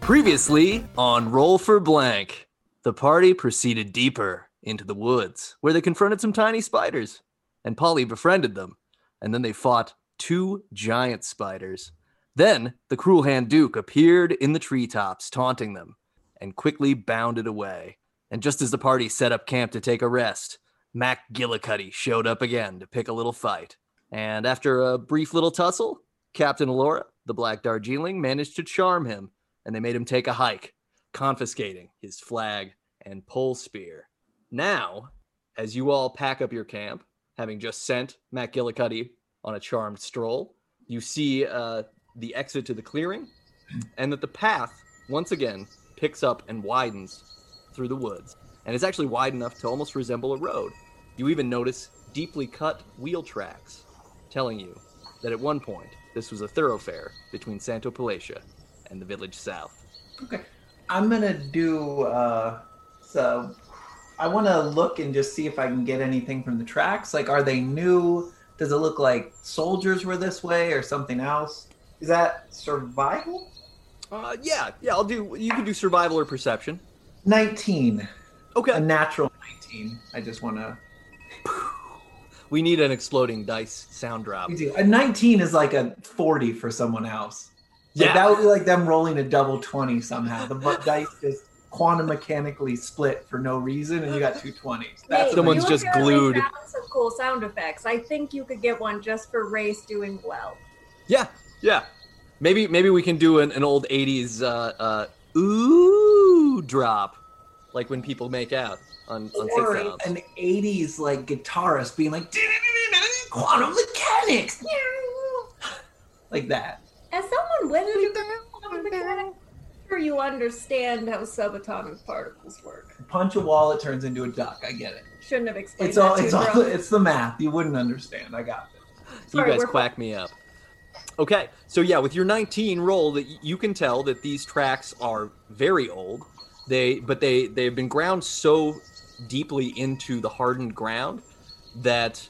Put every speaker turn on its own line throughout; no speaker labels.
Previously on Roll for Blank, the party proceeded deeper into the woods where they confronted some tiny spiders, and Polly befriended them, and then they fought two giant spiders. Then the cruel hand Duke appeared in the treetops, taunting them, and quickly bounded away. And just as the party set up camp to take a rest, Mac Gillicuddy showed up again to pick a little fight. And after a brief little tussle, Captain Alora, the Black Darjeeling, managed to charm him, and they made him take a hike, confiscating his flag and pole spear. Now, as you all pack up your camp, having just sent Matt Gillicuddy on a charmed stroll, you see uh, the exit to the clearing, and that the path once again picks up and widens through the woods, and it's actually wide enough to almost resemble a road. You even notice deeply cut wheel tracks, telling you that at one point this was a thoroughfare between Santo Palacia and the village south.
Okay. I'm gonna do uh so I wanna look and just see if I can get anything from the tracks. Like are they new? Does it look like soldiers were this way or something else? Is that survival?
Uh, yeah, yeah, I'll do. You can do survival or perception.
Nineteen. A
Okay.
natural nineteen. I just wanna
We need an exploding dice sound drop.
we do. A nineteen is like a forty for someone else. Like,
Yeah.
that would be like them rolling a double twenty somehow. The bu- dice just quantum mechanically split for no reason and you got two twenties. That's
Hey,
Someone's
you
just
apparently
glued.
Found some cool sound effects. I think you could get one just for Race doing well.
Yeah, yeah. Maybe maybe we can do an, an old '80s uh, uh, ooh drop, like when people make out on on
or
sitcoms.
an 80s like guitarist being like quantum mechanics like that
As someone with a sure you understand how subatomic particles work.
punch a wall it turns into a duck i get it
Shouldn't have explained
it's
that
all
to
it's
you,
all
girl.
it's the math you wouldn't understand i got it
you
Sorry,
guys
we're-
quack me up. Okay, so yeah, with your 19 roll, that y- you can tell that these tracks are very old. They but they they have been ground so deeply into the hardened ground that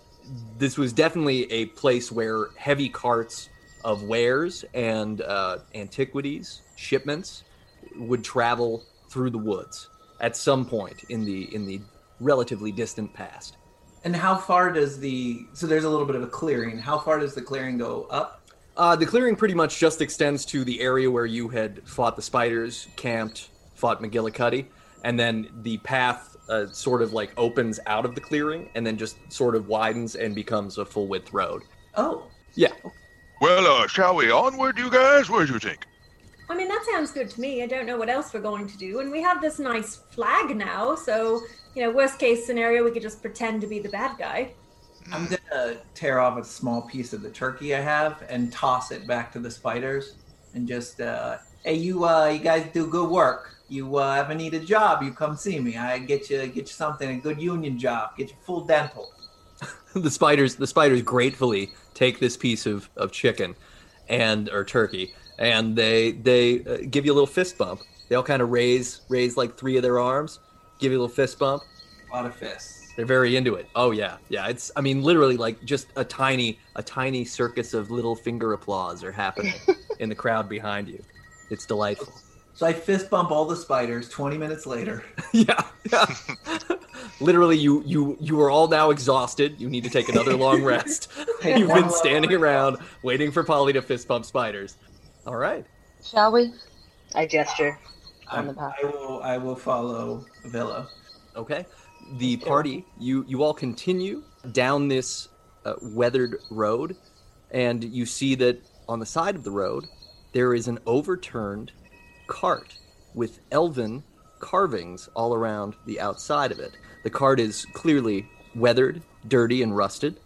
this was definitely a place where heavy carts of wares and uh, antiquities shipments would travel through the woods at some point in the in the relatively distant past.
and how far does the so there's a little bit of a clearing how far does the clearing go up
Uh, the clearing pretty much just extends to the area where you had fought the spiders, camped, fought McGillicuddy, and then the path uh, sort of like opens out of the clearing and then just sort of widens and becomes a full width road.
oh
Yeah.
Well, uh, shall we onward, you guys? What do you think?
I mean, that sounds good to me. I don't know what else we're going to do. And we have this nice flag now, so, you know, worst case scenario, we could just pretend to be the bad guy.
i'm gonna tear off a small piece of the turkey i have and toss it back to the spiders and just uh hey you uh you guys do good work you uh ever need a job you come see me i get you get you something a good union job get you full dental
the spiders the spiders gratefully take this piece of, of chicken and or turkey and they they uh, give you a little fist bump. They all kind of raise raise like three of their arms, give you a little fist bump,
a lot of fists
They're very into it. Oh yeah, yeah. It's I mean literally like just a tiny a tiny circus of little finger applause are happening in the crowd behind you. It's delightful.
so i fist bump all the spiders 20 minutes later
yeah. yeah. literally you you you are all now exhausted. You need to take another long rest.
Take
You've
one
been
long
standing
rest.
around waiting for Polly to fist bump spiders. All right.
Shall we? I gesture on the
I'm-
path.
i will i will follow villa
Okay. The party, you you all continue down this uh, weathered road, and you see that on the side of the road there is an overturned cart with elven carvings all around the outside of it. The cart is clearly weathered, dirty, and rusted,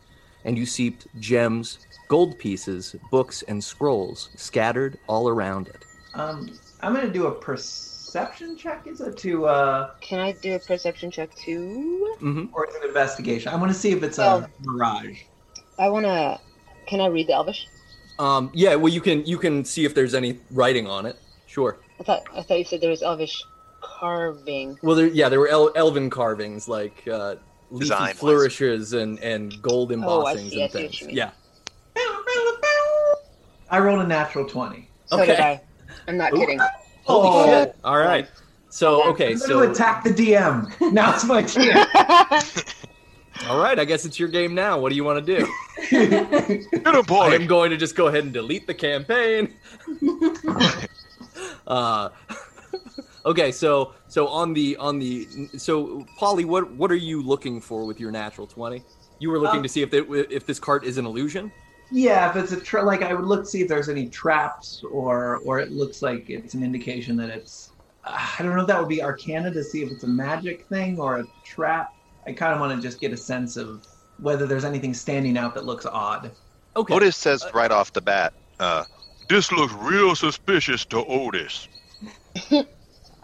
and you see gems, gold pieces, books, and scrolls scattered all around it.
um i'm gonna do a perception check is it to uh
Can I do a perception check too?
hmm
or is it investigation i want to see if it's
Oh.
a mirage
I wanna. Can I read the Elvish?
Um, yeah, well, you can you can see if there's any writing on it. Sure.
I thought I thought you said there was Elvish carving.
Well, there, yeah, there were el- elven carvings like uh, leafy
Design-wise.
flourishes and, and gold embossings
see, Oh, I
and
see what
things.
you mean.
Yeah.
I rolled a natural 20.
So
Okay.
did I. I'm not
Ooh.
kidding.
Holy
Oh.
shit! All right. So okay,
I'm going
so
to attack the DM. Now it's my turn.
all right. I guess it's your game now. What do you want to do?
Get him,
I am
Polly.
going to just go ahead and delete the campaign. uh, okay, so so on the on the so Polly, what what are you looking for with your natural twenty? You were looking
Um,
to see if it, if this cart is an illusion.
yeah, if it's a tra- like, I would look to see if there's any traps, or or it looks like it's an indication that it's. I don't know if that would be Arcana to see if it's a magic thing or a trap. I kind of want to just get a sense of whether there's anything standing out that looks odd.
Okay.
Otis says right off the bat, uh,
This looks real suspicious to Otis.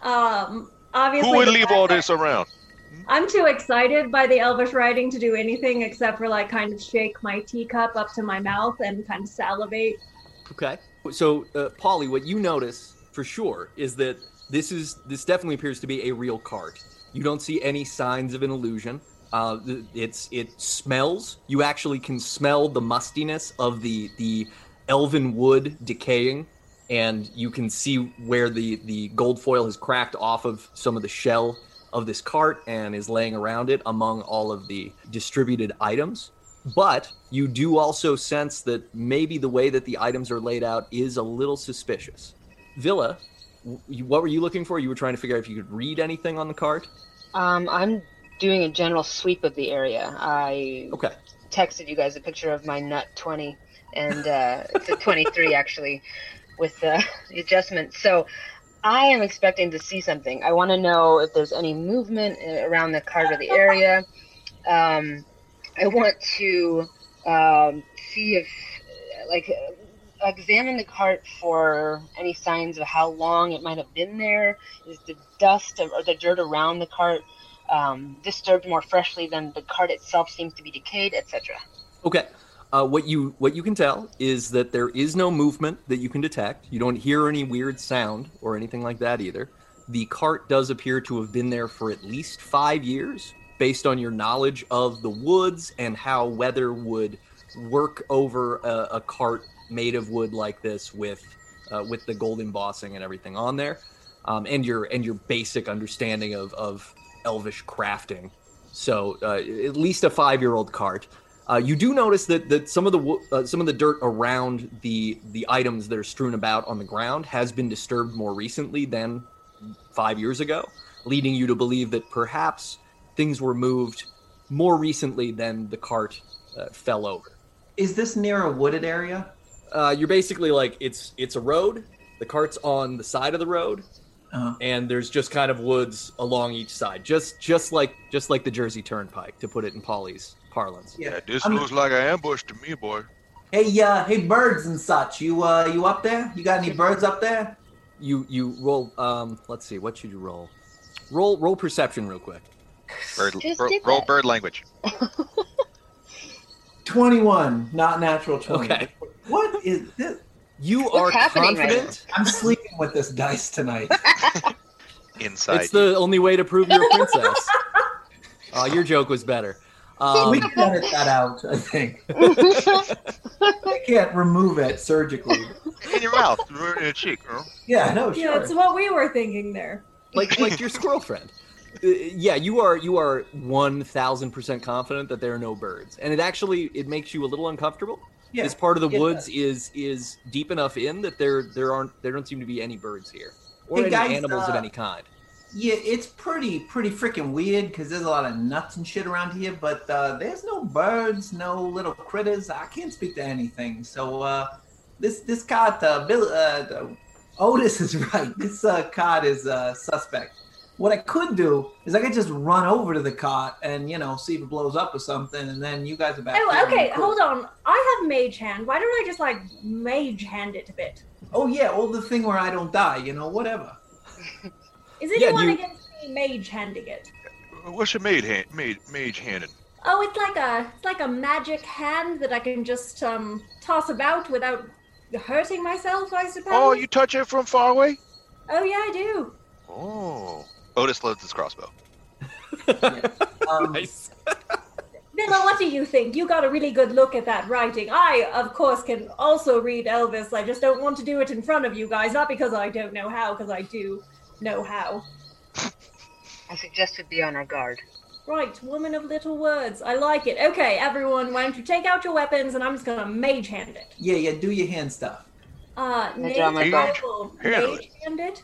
Um, obviously,
Who would
the
leave
fact that-
Otis around?
I'm too excited by the Elvish writing to do anything except for like kind of shake my teacup up to my mouth and kind of salivate.
Okay. So, uh, Polly, what you notice for sure is that this is this definitely appears to be a real cart. You don't see any signs of an illusion. Uh, th- it's it smells. You actually can smell the mustiness of the the elven wood decaying, and you can see where the the gold foil has cracked off of some of the shell of this cart and is laying around it among all of the distributed items. But you do also sense that maybe the way that the items are laid out is a little suspicious. Villa, w- you- what were you looking for? You were trying to figure out if you could read anything on the cart.
um, I'm doing a general sweep of the area. I
Okay.
texted you guys a picture of my nut 20 and uh, it's a 23 actually with the, the adjustment so i am expecting to see something i want to know if there's any movement uh, around the card or the area um, i want to um, see if like uh, examine the cart for any signs of how long it might have been there is the dust or the dirt around the cart um, disturbed more freshly than the card itself seems to be decayed, etc.
Okay. Uh, what you what you can tell is that there is no movement that you can detect. You don't hear any weird sound or anything like that either. The cart does appear to have been there for at least five years, based on your knowledge of the woods and how weather would work over a, a cart made of wood like this with uh, with the gold embossing and everything on there, um, and your and your basic understanding of of elvish crafting. So uh, at least a five year old cart. Uh, you do notice that that some of the wo- uh, some of the dirt around the the items that are strewn about on the ground has been disturbed more recently than five years ago, leading you to believe that perhaps things were moved more recently than the cart uh, fell over.
Is this near a wooded area?
Uh, you're basically like it's it's a road. The cart's on the side of the road,
Uh,
and there's just kind of woods along each side, just just like just like the Jersey Turnpike, to put it in Polly's parlance.
yeah.
Yeah, this
I'm-
looks like an ambush to me, boy.
Hey, uh, hey, birds and such. You, uh, you up there? You got any birds up there?
You you roll. Um, let's see. What should you roll? Roll roll perception real quick.
bird,
Just
ro-
did
roll
that.
bird language.
Twenty-one, not natural twenty.
Okay.
What is this?
You
What's
are
happening right
confident.
I'm sleeping with this dice tonight.
Inside.
It's the only way to prove you're a princess. Oh, your joke was better. Um,
we can edit that out. I think I can't remove it surgically.
in your mouth.
Right in the cheek, huh?
Yeah, no,
Yeah,
Oh, sure.
it's what we were thinking there.
like like your squirrel friend. Uh, yeah, you are you are one thousand percent confident that there are no birds, and it actually it makes you a little uncomfortable.
yeah.
This part of the
Yeah.
woods is is deep enough in that there there aren't there don't seem to be any birds here or
Hey,
any
guys,
animals of
uh,
any kind.
Yeah, it's pretty pretty freaking weird because there's a lot of nuts and shit around here, but uh, there's no birds, no little critters. I can't speak to anything. So uh, this this card, uh, Bill, uh, the- Otis is right. This uh, card is uh, suspect. What I could do is I could just run over to the cot and you know see if it blows up or something, and then you guys are back.
Oh, okay, hold on. I have mage hand. Why don't I just like mage hand it a bit?
Oh yeah, all the thing where I don't die, you know, whatever.
Is
Yeah,
anyone
you-
against me mage handing it?
What's your maid hand, maid, mage handed?
Oh, it's like a it's like a magic hand that I can just um toss about without hurting myself, I suppose.
Oh, you touch it from far away?
Oh yeah, I do.
Oh.
Otis loads his crossbow.
Um,
Nice.
Villa, what do you think? You got a really good look at that writing. I, of course, can also read Elvis. I just don't want to do it in front of you guys. Not because I don't know how, because I do know how.
I suggest we be on our guard.
Right, woman of little words. I like it. Okay, everyone, why don't you take out your weapons and I'm just gonna mage hand it.
Yeah, yeah, do your hand stuff.
Uh,
Gonna
mage
draw my
dodge.
level.
Handle
Mage hand it.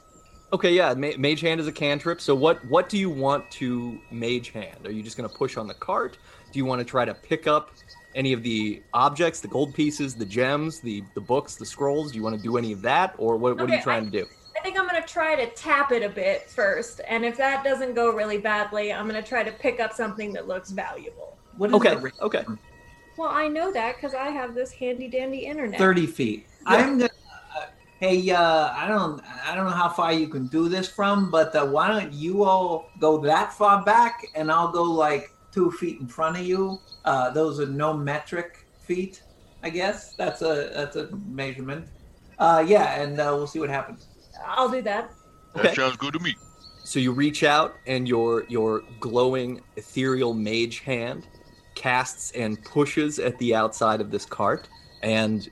Okay, yeah, ma- mage hand is a cantrip. So what what do you want to mage hand? Are you just going to push on the cart? Do you want to try to pick up any of the objects, the gold pieces, the gems, the the books, the scrolls? Do you want to do any of that, or what, what are you
Okay,
trying to do?
I think I'm gonna try to tap it a bit first, and if that doesn't go really badly, I'm gonna try to pick up something that looks valuable.
What is
Okay,
the range?
okay.
Well, I know that because I have this handy dandy internet.
30 feet. I'm gonna. Uh, hey, uh, I don't, I don't know how far you can do this from, but uh, why don't you all go that far back, and I'll go like two feet in front of you. Uh, those are no metric feet, I guess. That's a that's a measurement. Uh, yeah, and uh, we'll see what happens.
I'll do that.
Okay.
That sounds good to me.
So you reach out, and your your glowing ethereal mage hand casts and pushes at the outside of this cart, and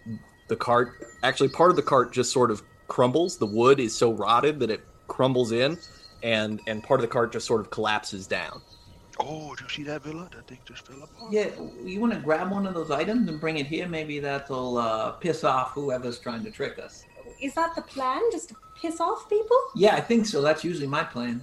the cart actually part of the cart just sort of crumbles. The wood is so rotted that it crumbles in, and and part of the cart just sort of collapses down.
Oh, do you see that villa? That thing just fell apart.
Yeah, you want to grab one of those items and bring it here. Maybe that'll uh, piss off whoever's trying to trick us.
Is that the plan? Just to piss off people?
Yeah, I think so. That's usually my plan.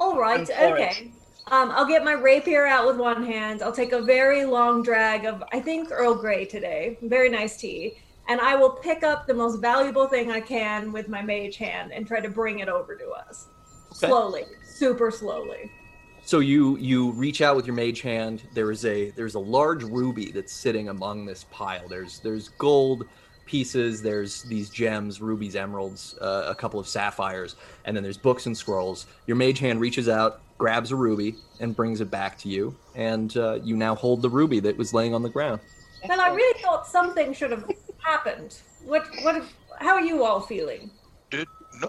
All right,
for it.
okay. Um, I'll get my rapier out with one hand. I'll take a very long drag of, I think, Earl Grey today. Very nice tea. And I will pick up the most valuable thing I can with my mage hand and try to bring it over to us.
Okay.
Slowly, super slowly.
So you you reach out with your mage hand. There is a there's a large ruby that's sitting among this pile. There's there's gold pieces. There's these gems, rubies, emeralds, uh, a couple of sapphires, and then there's books and scrolls. Your mage hand reaches out, grabs a ruby, and brings it back to you. And uh, you now hold the ruby that was laying on the ground.
Well, I really thought something should have happened. What? What? How are you all feeling?
Did no.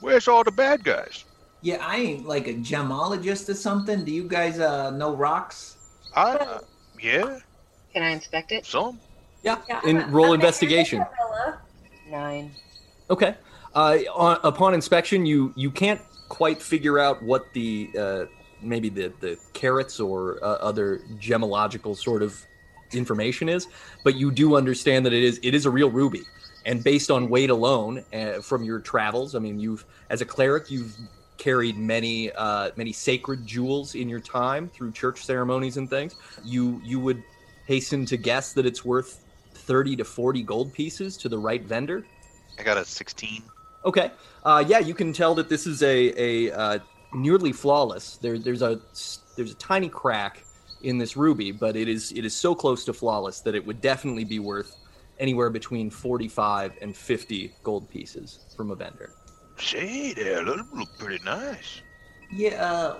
Where's all the bad guys?
Yeah, I ain't like a gemologist or something. Do you guys uh, know rocks?
I. Uh, yeah,
Can I inspect it?
some.
Yeah,
In-
I'm-
roll
I'm-
investigation.
Isabella.
Nine.
Okay. Uh, on, upon inspection, you you can't quite figure out what the uh, maybe the the carrots or uh, other gemological sort of information is, but you do understand that it is it is a real ruby. And based on weight alone, uh, from your travels, I mean, you've as a cleric, you've carried many uh, many sacred jewels in your time through church ceremonies and things. You you would hasten to guess that it's worth thirty to forty gold pieces to the right vendor.
I got a 16.
Okay. Uh, yeah, you can tell that this is a a uh, nearly flawless. There, there's a s- there's a tiny crack in this ruby, but it is it is so close to flawless that it would definitely be worth anywhere between 45 and 50 gold pieces from a vendor.
Say there, that look pretty nice.
Yeah, uh,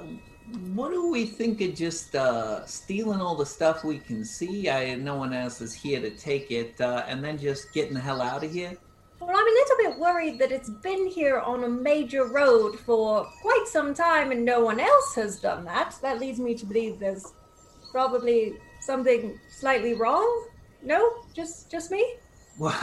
what do we think of just uh, stealing all the stuff we can see? I no one else is here to take it, uh, and then just getting the hell out of here.
Well, I'm a little bit worried that it's been here on a major road for quite some time and no one else has done that. That leads me to believe there's probably something slightly wrong. No, just just me.
Well,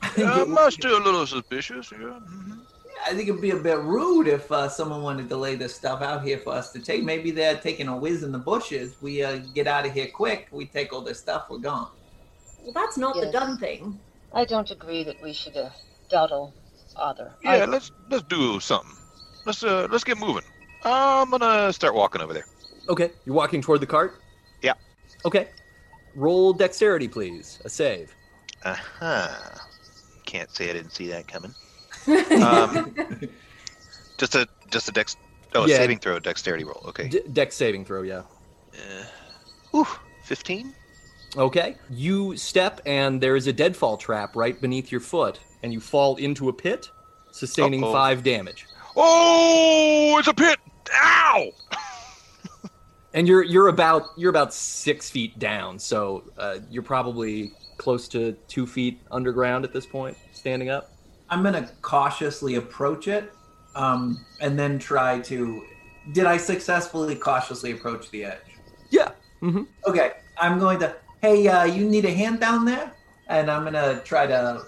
I think,
Yeah,
it
Um,
would-
I'm still a little suspicious. Yeah. mhm.
I think it'd be a bit rude if uh, someone wanted to lay this stuff out here for us to take. Maybe they're taking a whiz in the bushes. We uh, get out of here quick. We take all this stuff. We're gone.
Well, that's not the
Yes.
done thing.
I don't agree that we should uh, dawdle either.
Yeah, let's let's do something. Let's uh let's get moving. I'm gonna start walking over there.
Okay, you're walking toward the cart.
Yeah.
Okay. Roll dexterity, please. A save.
Uh
Uh-huh.
huh. Can't say I didn't see that coming. Um, just a just a dex. Oh, a
Yeah.
saving throw, dexterity roll. Okay.
D- dex saving throw. Yeah.
Uh, ooh, 15.
Okay. You step, and there is a deadfall trap right beneath your foot, and you fall into a pit, sustaining
Uh-oh.
five damage.
Oh, it's a pit! Ow!
And you're you're about you're about six feet down, so uh, you're probably close to two feet underground at this point, standing up.
I'm gonna cautiously approach it, um, and then try to. Did I successfully cautiously approach the edge?
Yeah. hmm
Okay, I'm going to, hey, uh, you need a hand down there? And I'm going to try to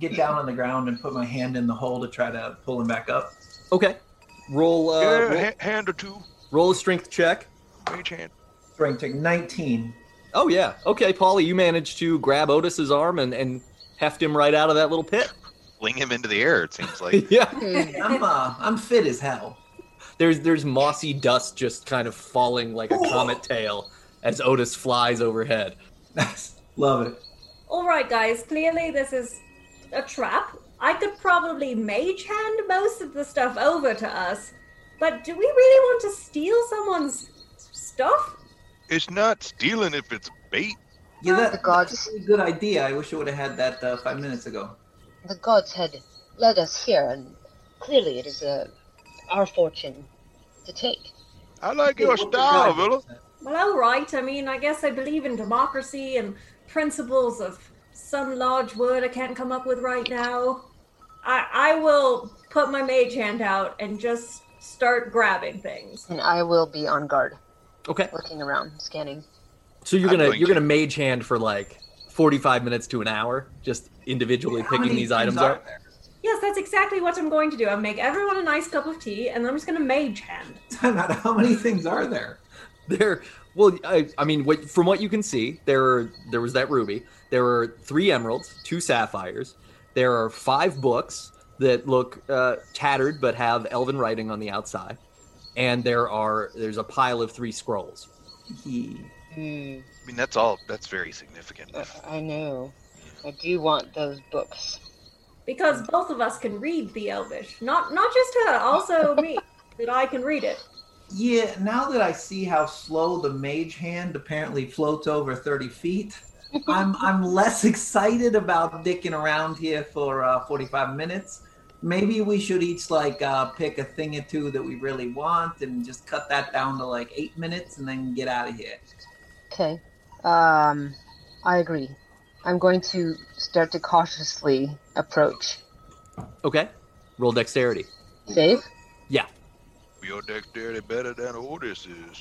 get down on the ground and put my hand in the hole to try to pull him back up.
Okay. Roll, uh,
yeah,
roll,
ha- hand or two.
roll a strength check.
Each hand.
Strength check 19.
Oh, yeah. Okay, Polly, you managed to grab Otis's arm and, and heft him right out of that little pit.
Fling him into the air. It seems like.
yeah.
Hmm.
I'm, uh, I'm fit as hell.
There's, there's mossy dust just kind of falling like a comet tail as Otis flies overhead.
Nice. Love it.
All right, guys. Clearly, this is a trap. I could probably mage hand most of the stuff over to us, but do we really want to steal someone's stuff?
It's not stealing if it's bait.
Yeah, that,
The gods.
that's a really good idea. I wish I would have had that uh, five minutes ago.
The gods had led us here, and clearly it is uh, our fortune to take.
I like your
What's the
style,
driver?
Villa.
Well, all right. I mean, I guess I believe in democracy and principles of some large word I can't come up with right now. I I will put my mage hand out and just start grabbing things.
And I will be on guard,
Okay.
looking around, scanning.
So you're
I'm
gonna
going
you're
to-
gonna mage hand for like 45 minutes to an hour, just individually
How
picking
many
these
things
items
are
up.
there?
Yes, that's exactly what I'm going to do. I'll make everyone a nice cup of tea, and I'm just going to mage hand.
Time out. How many things are there?
There, well, I, I mean, what, from what you can see, there are, there was that ruby. There are three emeralds, two sapphires. There are five books that look uh, tattered but have elven writing on the outside, and there are there's a pile of three scrolls.
He.
Hmm,
I mean, that's all. That's very significant.
uh, I know. I do want those books.
because both of us can read the elvish not not just her also me that i can read it
Yeah, now that I see how slow the mage hand apparently floats over 30 feet, I'm, I'm less excited about dicking around here for uh, 45 minutes. Maybe we should each like uh, pick a thing or two that we really want and just cut that down to like eight minutes and then get out of here.
Okay. Um, I agree. I'm going to start to cautiously approach.
Okay, roll dexterity.
Save?
Your dexterity better than Otis's.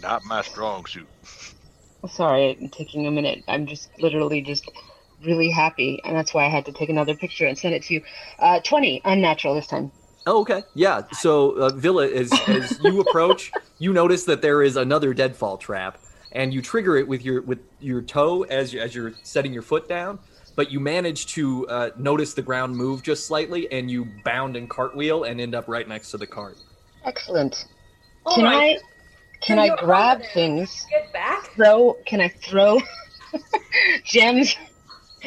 Not my strong suit.
Sorry, I'm taking a minute. I'm just literally just really happy, and that's why I had to take another picture and send it to you. Uh, 20, unnatural this time.
Oh, okay. Yeah. So, uh, Villa, as, as you approach, you notice that there is another deadfall trap, and you trigger it with your with your toe as you, as you're setting your foot down. But you manage to uh, notice the ground move just slightly, and you bound and cartwheel and end up right next to the cart.
Excellent.
All
can
right,
I can
So
I
you're
grab
over there.
things?
get back
Throw? Can I throw gems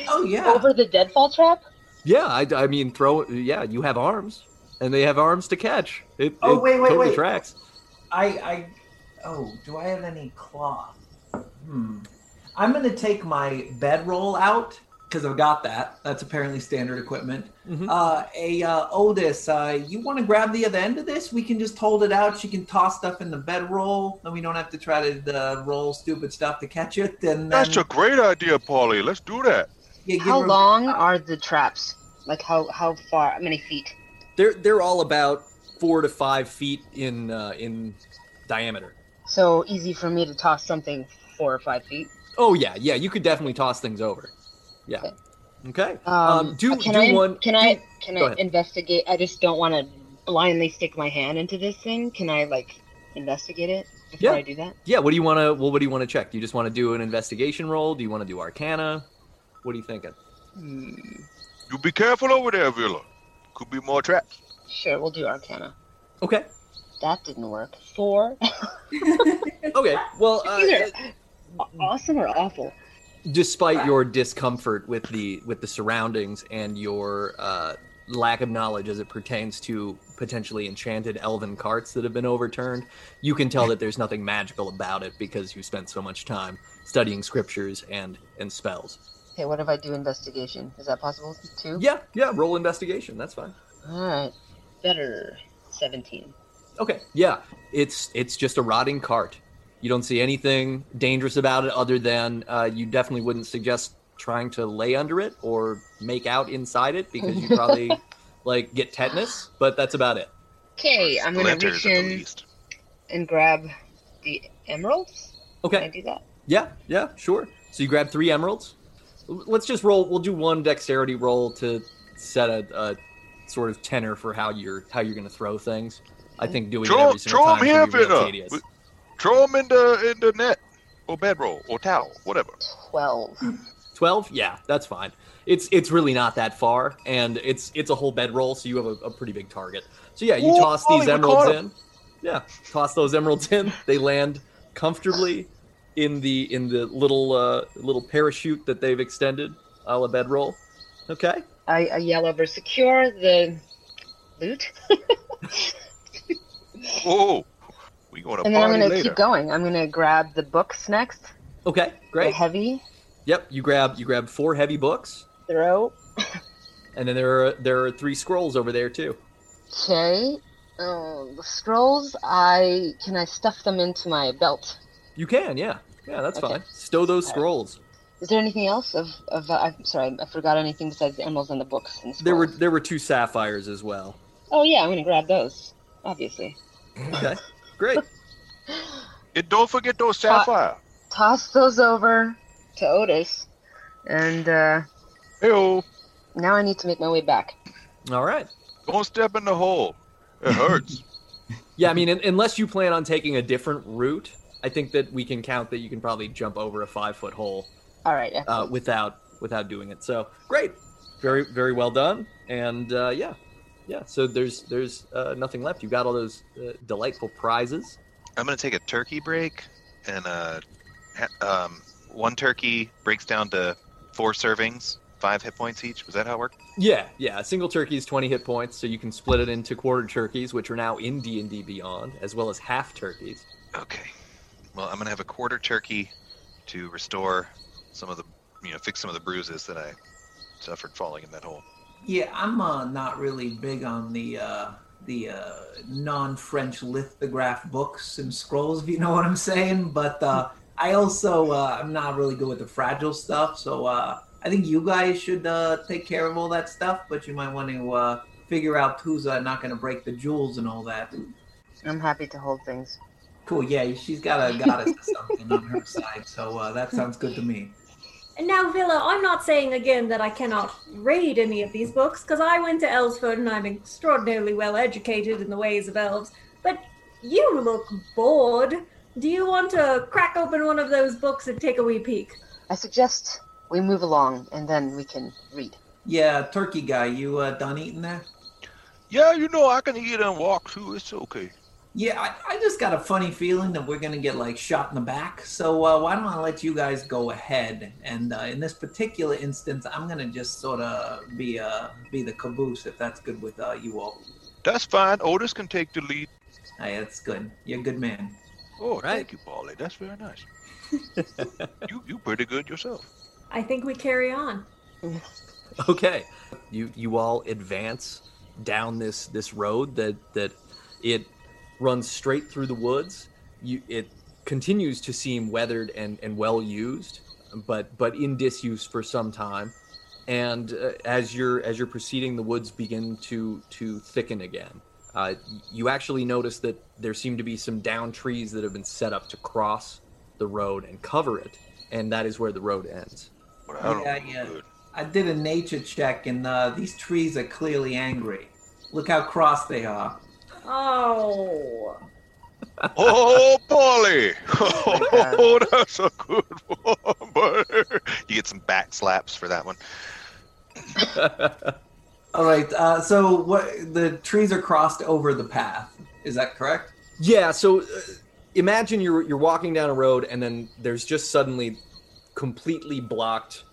Oh, yeah.
over the deadfall trap?
Yeah, I, I mean, throw. Yeah, you have arms, and they have arms to catch. It,
Oh,
it
wait, wait,
totally
wait.
tracks.
I, I, oh, do I have any cloth? Hmm. I'm gonna take my bedroll out because I've got that. That's apparently standard equipment.
Mhm.
Uh, a uh, Otis, uh, you want to grab the other end of this? We can just hold it out. She can toss stuff in the bedroll, and we don't have to try to uh, roll stupid stuff to catch it. And then
That's a great idea, Polly. Let's do that.
yeah, give
How
her-
long are the traps? Like how how far? How many feet?
They're they're all about four to five feet in uh, in diameter.
So easy for me to toss something four or five feet.
Oh yeah, yeah. You could definitely toss things over. Yeah. Okay.
Um,
Um, do
can
do
I
one.
can I can
go
I
ahead.
investigate? I just don't want to blindly stick my hand into this thing. Can I like investigate it before
Yeah.
I do that?
Yeah. What do you want to? Well, what do you want to check? Do you just want to do an investigation roll? Do you want to do Arcana? What are you thinking?
Hmm.
You be careful over there, Villa. Could be more traps.
Sure, we'll do Arcana.
Okay.
That didn't work. Four.
Okay. Well, uh,
Either awesome or awful.
despite your discomfort with the with the surroundings and your uh, lack of knowledge as it pertains to potentially enchanted elven carts that have been overturned, you can tell that there's nothing magical about it because you spent so much time studying scriptures and and spells.
Okay, what if I do investigation? Is that possible? Two?
Yeah. Yeah. Roll investigation. That's fine.
Alright. Better. 17.
Okay, yeah, it's it's just a rotting cart. You don't see anything dangerous about it, other than uh, you definitely wouldn't suggest trying to lay under it or make out inside it because you probably like get tetanus. But that's about it.
Okay, I'm gonna
Splinters
reach
at the
in
least.
and grab the emeralds. Can I
Okay.
do that?
Yeah, yeah, sure. So you grab three emeralds. L- Let's just roll. We'll do one dexterity roll to set a, a sort of tenor for how you're how you're going to throw things. I think doing it
Throw-
every single
throw 'em
time is gonna be
here,
real
Vina.
tedious.
We- Throw him in the in the net or bedroll or towel, whatever.
Twelve.
12 yeah that's fine it's it's really not that far and it's it's a whole bedroll so you have a, a pretty big target so yeah you
Whoa,
toss these
we
emeralds
caught
in yeah toss those emeralds in they land comfortably in the in the little uh little parachute that they've extended a la bedroll okay
I, I yell over, secure the loot,
Whoa, Oh, we going to
and then I'm
party
gonna
later.
keep going. I'm gonna grab the books next.
okay
The
great
heavy
yep you grab you grab four heavy books
throw.
and then there are there are three scrolls over there too
Okay. Um, the scrolls. I can I stuff them into my belt.
you can yeah yeah that's
Okay.
fine stow those
All right.
scrolls
Is there anything else of of? Uh, I'm sorry, I forgot anything besides the emeralds and the books and the
there were
scrolls.
there were two sapphires as well
Oh yeah, I'm gonna grab those. Obviously.
Okay, great.
And don't forget those sapphire.
Toss those over to Otis, and uh,
Heyo,
now I need to make my way back.
All right.
don't step in the hole. It hurts.
Yeah, I mean, un- unless you plan on taking a different route, I think that we can count that you can probably jump over a five foot hole
All right. Yeah.
uh, without without doing it. So great, very very well done. And uh, yeah, yeah. So there's there's uh, nothing left. You got all those uh, delightful prizes.
I'm gonna take a turkey break, and uh, ha- um, one turkey breaks down to four servings, five hit points each. Was that how it worked?
Yeah, yeah. A single turkey is twenty hit points, so you can split it into quarter turkeys, which are now in D and D Beyond, as well as half turkeys.
Okay. Well, I'm gonna have a quarter turkey to restore some of the, you know, fix some of the bruises that I suffered falling in that hole.
Yeah, I'm uh, not really big on the uh, the uh, non-French lithograph books and scrolls, if you know what I'm saying. But uh, I also uh, I'm not really good with the fragile stuff, so uh, I think you guys should uh, take care of all that stuff. But you might want to uh, figure out who's uh, not going to break the jewels and all that.
I'm happy to hold things.
Cool. Yeah, she's got a goddess or something on her side, so uh, that sounds good to me.
And now, Villa, I'm not saying again that I cannot read any of these books, because I went to Ellsford and I'm extraordinarily well educated in the ways of elves. But you look bored. Do you want to crack open one of those books and take a wee peek?
I suggest we move along, and then we can read.
Yeah, turkey guy, you uh, done eating there?
yeah, you know I can eat and walk too. It's okay.
Yeah, I, I just got a funny feeling that we're gonna get like shot in the back. So uh, why don't I let you guys go ahead? And uh, in this particular instance, I'm gonna just sort of be uh, be the caboose if that's good with uh, you all.
That's fine. Otis can take the lead.
Hey, that's good. You're a good man.
Oh,
Right.
thank you, Polly. That's very nice. you you pretty good yourself.
I think we carry on.
Okay. You you all advance down this this road that that it runs straight through the woods. You it continues to seem weathered and and well used, but but in disuse for some time. And uh, as you're as you're proceeding, the woods begin to to thicken again. Uh, you actually notice that there seem to be some down trees that have been set up to cross the road and cover it, and that is where the road ends.
But I don't
Yeah,
feel
yeah.
good.
I did a nature check, and uh, these trees are clearly angry. Look how cross they are.
Oh.
Oh, Polly! Oh,
God.
that's a good one, buddy.
You get some back slaps for that one.
All right. Uh, so what? The trees are crossed over the path. Is that correct?
Yeah, so uh, imagine you're you're walking down a road and then there's just suddenly completely blocked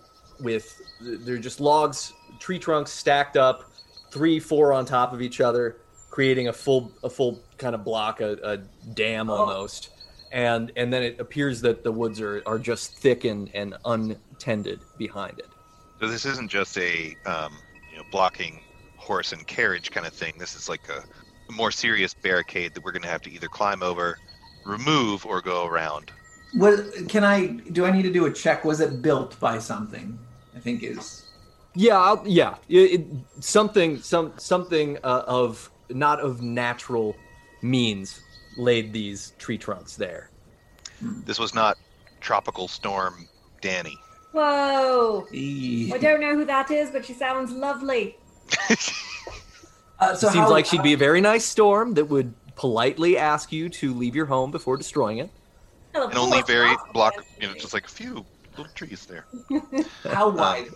with they're just logs, tree trunks stacked up, three, four on top of each other, creating a full a full kind of block, a, a dam
Oh.
almost. And and then it appears that the woods are, are just thick and, and untended behind it.
So this isn't just a, um, you know, blocking horse and carriage kind of thing. This is like a more serious barricade that we're gonna have to either climb over, remove, or go around.
What can I do? I need to do a check. Was it built by something? I think is.
Yeah, I'll, yeah. It, it, something, some, something uh, of not of natural means laid these tree trunks there.
This was not Tropical Storm Danny.
Whoa.
Eee.
I don't know who that is, but she sounds lovely.
Uh, so
it seems
how-
like she'd be a very nice storm that would politely ask you to leave your home before destroying it.
Well, of
And only
course,
very
that's
block,
lovely.
you know, just like a few little trees there.
How
Uh.
wide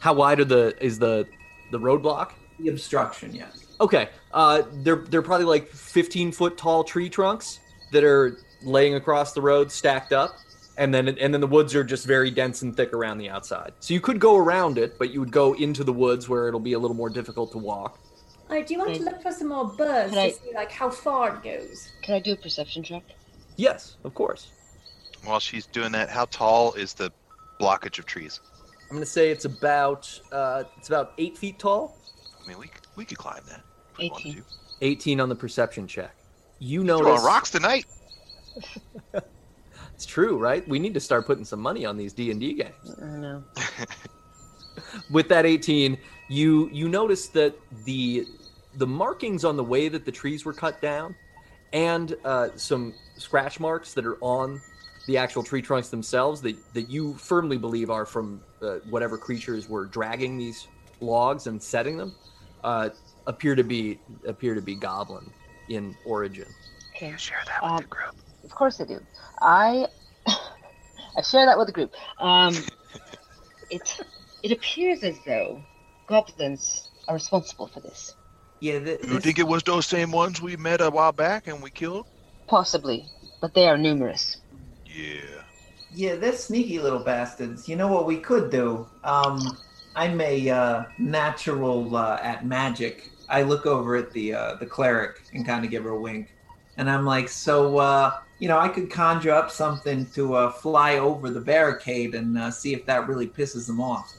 How wide are the is the the roadblock?
the obstruction? Yes.
Okay, uh, they're they're probably like 15 foot tall tree trunks that are laying across the road, stacked up, and then and then the woods are just very dense and thick around the outside. So you could go around it, but you would go into the woods where it'll be a little more difficult to walk.
Oh, do you want to look for some more birds
Can I-
to see like how far it goes?
Can I do a perception check?
Yes, of course.
While she's doing that, how tall is the blockage of trees?
I'm gonna say it's about uh, it's about eight feet tall.
I mean, we c- we could climb that. If we wanted
18.
to.
18 on the perception check. You
Throwing
notice
rocks tonight.
it's true, right? We need to start putting some money on these D and D games.
I don't know.
with that 18 you you notice that the the markings on the way that the trees were cut down and uh, some scratch marks that are on the actual tree trunks themselves that, that you firmly believe are from uh, whatever creatures were dragging these logs and setting them uh, appear to be appear to be goblin in origin
Okay.
Share that
Um,
with the group.
Of course I do. I I share that with the group. Um, it it appears as though goblins are responsible for this.
Yeah. The,
You think it was those same ones we met a while back and we killed?
Possibly, but they are numerous.
Yeah.
Yeah, they're sneaky little bastards. You know what we could do? Um, I'm a uh, natural uh, at magic. I look over at the uh, the cleric and kind of give her a wink, and I'm like, so uh, you know, I could conjure up something to uh, fly over the barricade and uh, see if that really pisses them off.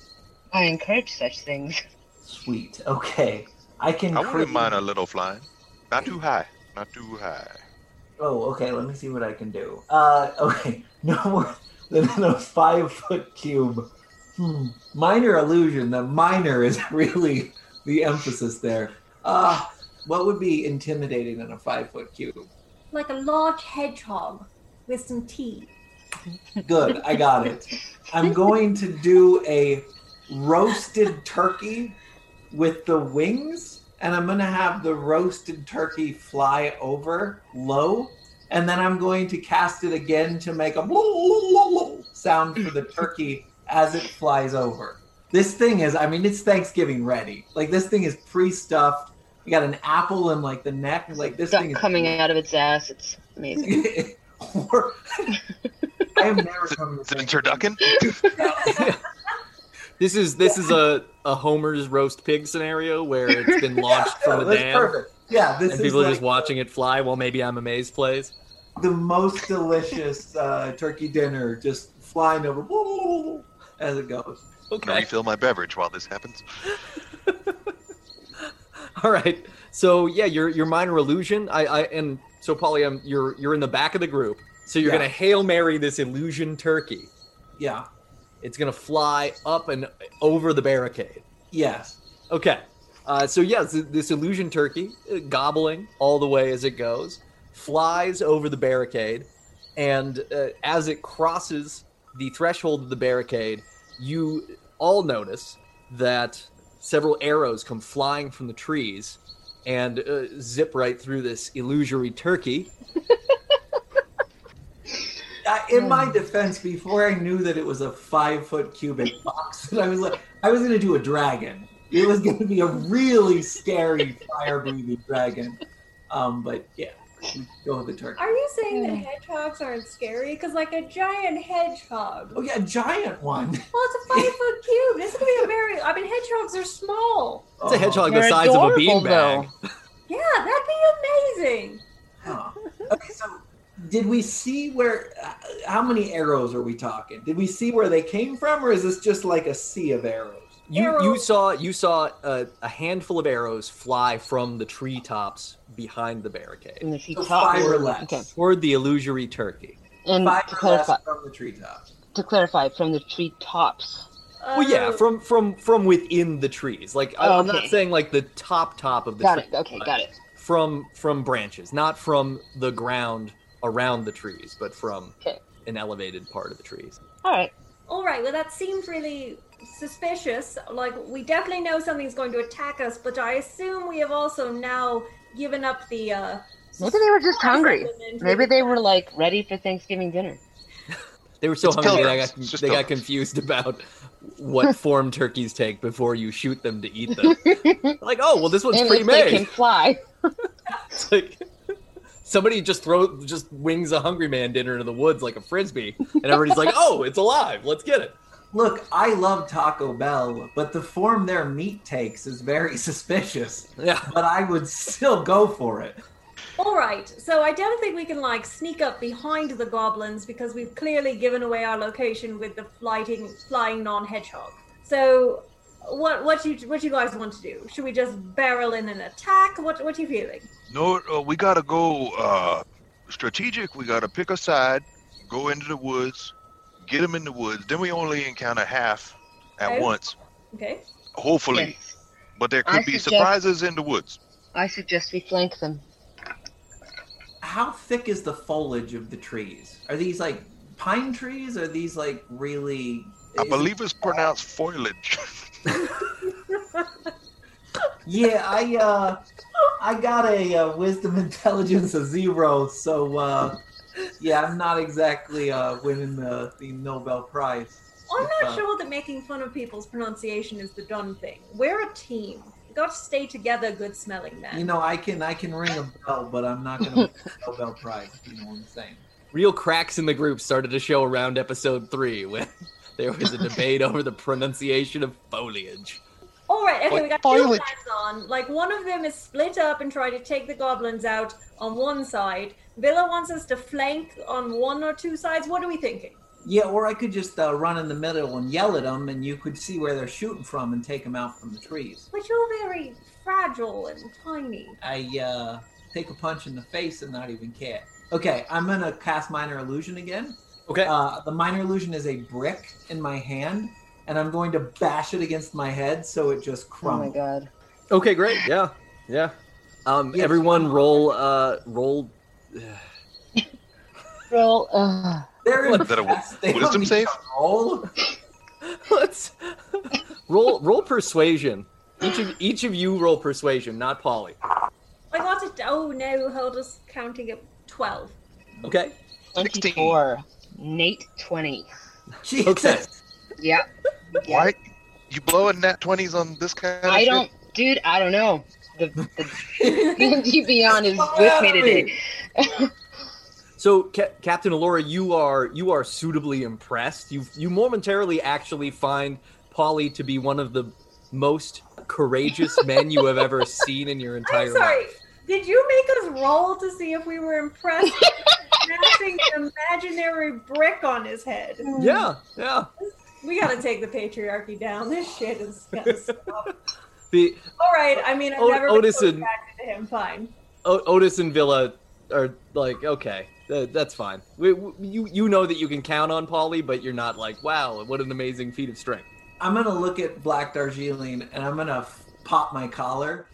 I encourage such things.
Sweet. Okay, I can.
I wouldn't
create-
mind a little flying. Not too high. Not too high.
Oh, okay. Let me see what I can do. Uh, okay, no more than a five foot cube. Hmm. Minor illusion. The minor is really the emphasis there. Uh, what would be intimidating in a five foot cube?
Like a large hedgehog with some teeth.
Good, I got it. I'm going to do a roasted turkey with the wings, and I'm going to have the roasted turkey fly over low, and then I'm going to cast it again to make a sound for the turkey as it flies over. This thing is, I mean, it's Thanksgiving ready. Like, this thing is pre stuffed. You got an apple in like the neck. Like, this
Duck
thing is
coming out of its ass. It's amazing.
Or- I have never come
Is it a
to
turducken?
this is this is a, a homer's roast pig scenario where it's been launched from a
that's
dam
perfect. Yeah, this
and
is
people are
like
just watching it fly while maybe i'm amazed plays
the most delicious uh, turkey dinner, just flying over woo, as it goes.
I'm gonna refill my beverage while this happens.
All right. So yeah, your your minor illusion. I, I and so Polly, um, you're you're in the back of the group. So you're
Yeah.
gonna hail mary this illusion turkey.
Yeah.
It's gonna fly up and over the barricade.
Yes.
Okay. Uh, so yes, th- this illusion turkey uh, gobbling all the way as it goes flies over the barricade, and uh, as it crosses the threshold of the barricade, you all notice that several arrows come flying from the trees and uh, zip right through this illusory turkey.
Uh, in
Hmm.
my defense, before I knew that it was a five foot cubic box, and I was like, I was gonna do a dragon. It was gonna be a really scary fire breathing dragon. Um, but yeah, we go with the turkey.
Are you saying that hedgehogs aren't scary? Because like a giant hedgehog.
Oh yeah, giant one.
Well, it's a five foot cube. This could be a very. I mean, hedgehogs are small.
It's
Oh.
a hedgehog the
They're
size of a
adorable,
beanbag.
Yeah, that'd be amazing.
Huh. Okay, so did we see where? uh, How many arrows are we talking? Did we see where they came from, or is this just like a sea of arrows?
You you
Arrows.
saw you saw a, a handful of arrows fly from the treetops behind the barricade
And the feet
So
top.
five or less.
Okay.
toward the illusory turkey.
And
Five
to
or less
clarify,
from the treetops.
to clarify, from the tree tops.
Well, yeah,
Oh.
from from from within the trees. Like I- I'm not
Uh, Okay.
saying like the top top of the
Got
tree,
it. Okay, got it.
From from branches, not from the ground around the trees, but from
Okay.
an elevated part of the trees.
All right.
All right, well, that seems really suspicious. Like, we definitely know something's going to attack us, but I assume we have also now given up the. Uh,
Maybe they were just
surprise
hungry.
element.
Maybe they were like ready for Thanksgiving dinner.
They were so
It's
hungry they
pilgrims.
got
It's just
they got
pilgrims.
confused about what form turkeys take before you shoot them to eat them. like, oh well, this one's
and if
pre-made.
they can fly.
It's like somebody just throw just wings a hungry man dinner into the woods like a frisbee, and everybody's like, oh, it's alive. Let's get it.
Look, I love Taco Bell, but the form their meat takes is very suspicious.
Yeah.
But I would still go for it.
All right, so I don't think we can, like, sneak up behind the goblins because we've clearly given away our location with the flying, flying non hedgehog. So. What what you what you guys want to do? Should we just barrel in an attack? What what are you feeling?
No, uh, we gotta go uh, strategic. We gotta pick a side, go into the woods, get them in the woods. Then we only encounter half at
Okay.
once,
Okay.
hopefully.
Yes.
But there
I
could be
suggest-
surprises in the woods.
I suggest we flank them.
How thick is the foliage of the trees? Are these like pine trees? Are these like really?
I
is-
believe it's pronounced foliage.
Yeah, I uh, I got a uh, wisdom intelligence of zero, so uh, yeah, I'm not exactly uh winning the the Nobel Prize.
I'm
Uh,
not sure that making fun of people's pronunciation is the done thing. We're a team. You got to stay together, good smelling men.
You know, I can I can ring a bell, but I'm not gonna win the Nobel Prize. You know what I'm saying?
Real cracks in the group started to show around episode three when there was a debate over the pronunciation of foliage.
All right, okay,
Like
we got two
foliage.
flags on. Like one of them is split up and try to take the goblins out on one side. Villa wants us to flank on one or two sides. What are we thinking?
Yeah, or I could just uh, run in the middle and yell at them, and you could see where they're shooting from and take them out from the trees.
But you're very fragile and tiny.
I uh, take a punch in the face and not even care. Okay, I'm gonna cast minor illusion again.
Okay.
Uh, the minor illusion is a brick in my hand, and I'm going to bash it against my head so it just
Oh my
crumbles.
god.
okay, great. Yeah. Yeah. Um,
Yes.
everyone roll uh roll
Roll. Uh,
They're
What?
impressed.
That a wi-
They don't
wisdom
need
save?
to roll.
Let's roll roll persuasion. Each of each of you roll persuasion, not Polly.
I got it. Oh no, Hilda's counting at 12.
Okay.
16.
24. Nate 20.
Jesus.
Okay.
Yeah. yeah.
Why? You blowing nat 20s on this kind of
I
shit?
don't, dude. I don't know. The the D&D Beyond is with me today.
So Ca- Captain Alora, you are you are suitably impressed. You you momentarily actually find Polly to be one of the most courageous men you have ever seen in your entire
I'm sorry.
life.
Did you make us roll to see if we were impressed with smashing an imaginary brick on his head?
Yeah, yeah.
We gotta take the patriarchy down. This shit is gonna stop.
The
All right. I mean, I've
O-
never
Otis
been so
and-
attracted to him. Fine.
o- Otis and Villa are like, okay, th- that's fine. We, we, you you know that you can count on Polly, but you're not like, wow, what an amazing feat of strength.
I'm gonna look at Black Darjeeling and I'm gonna f- pop my collar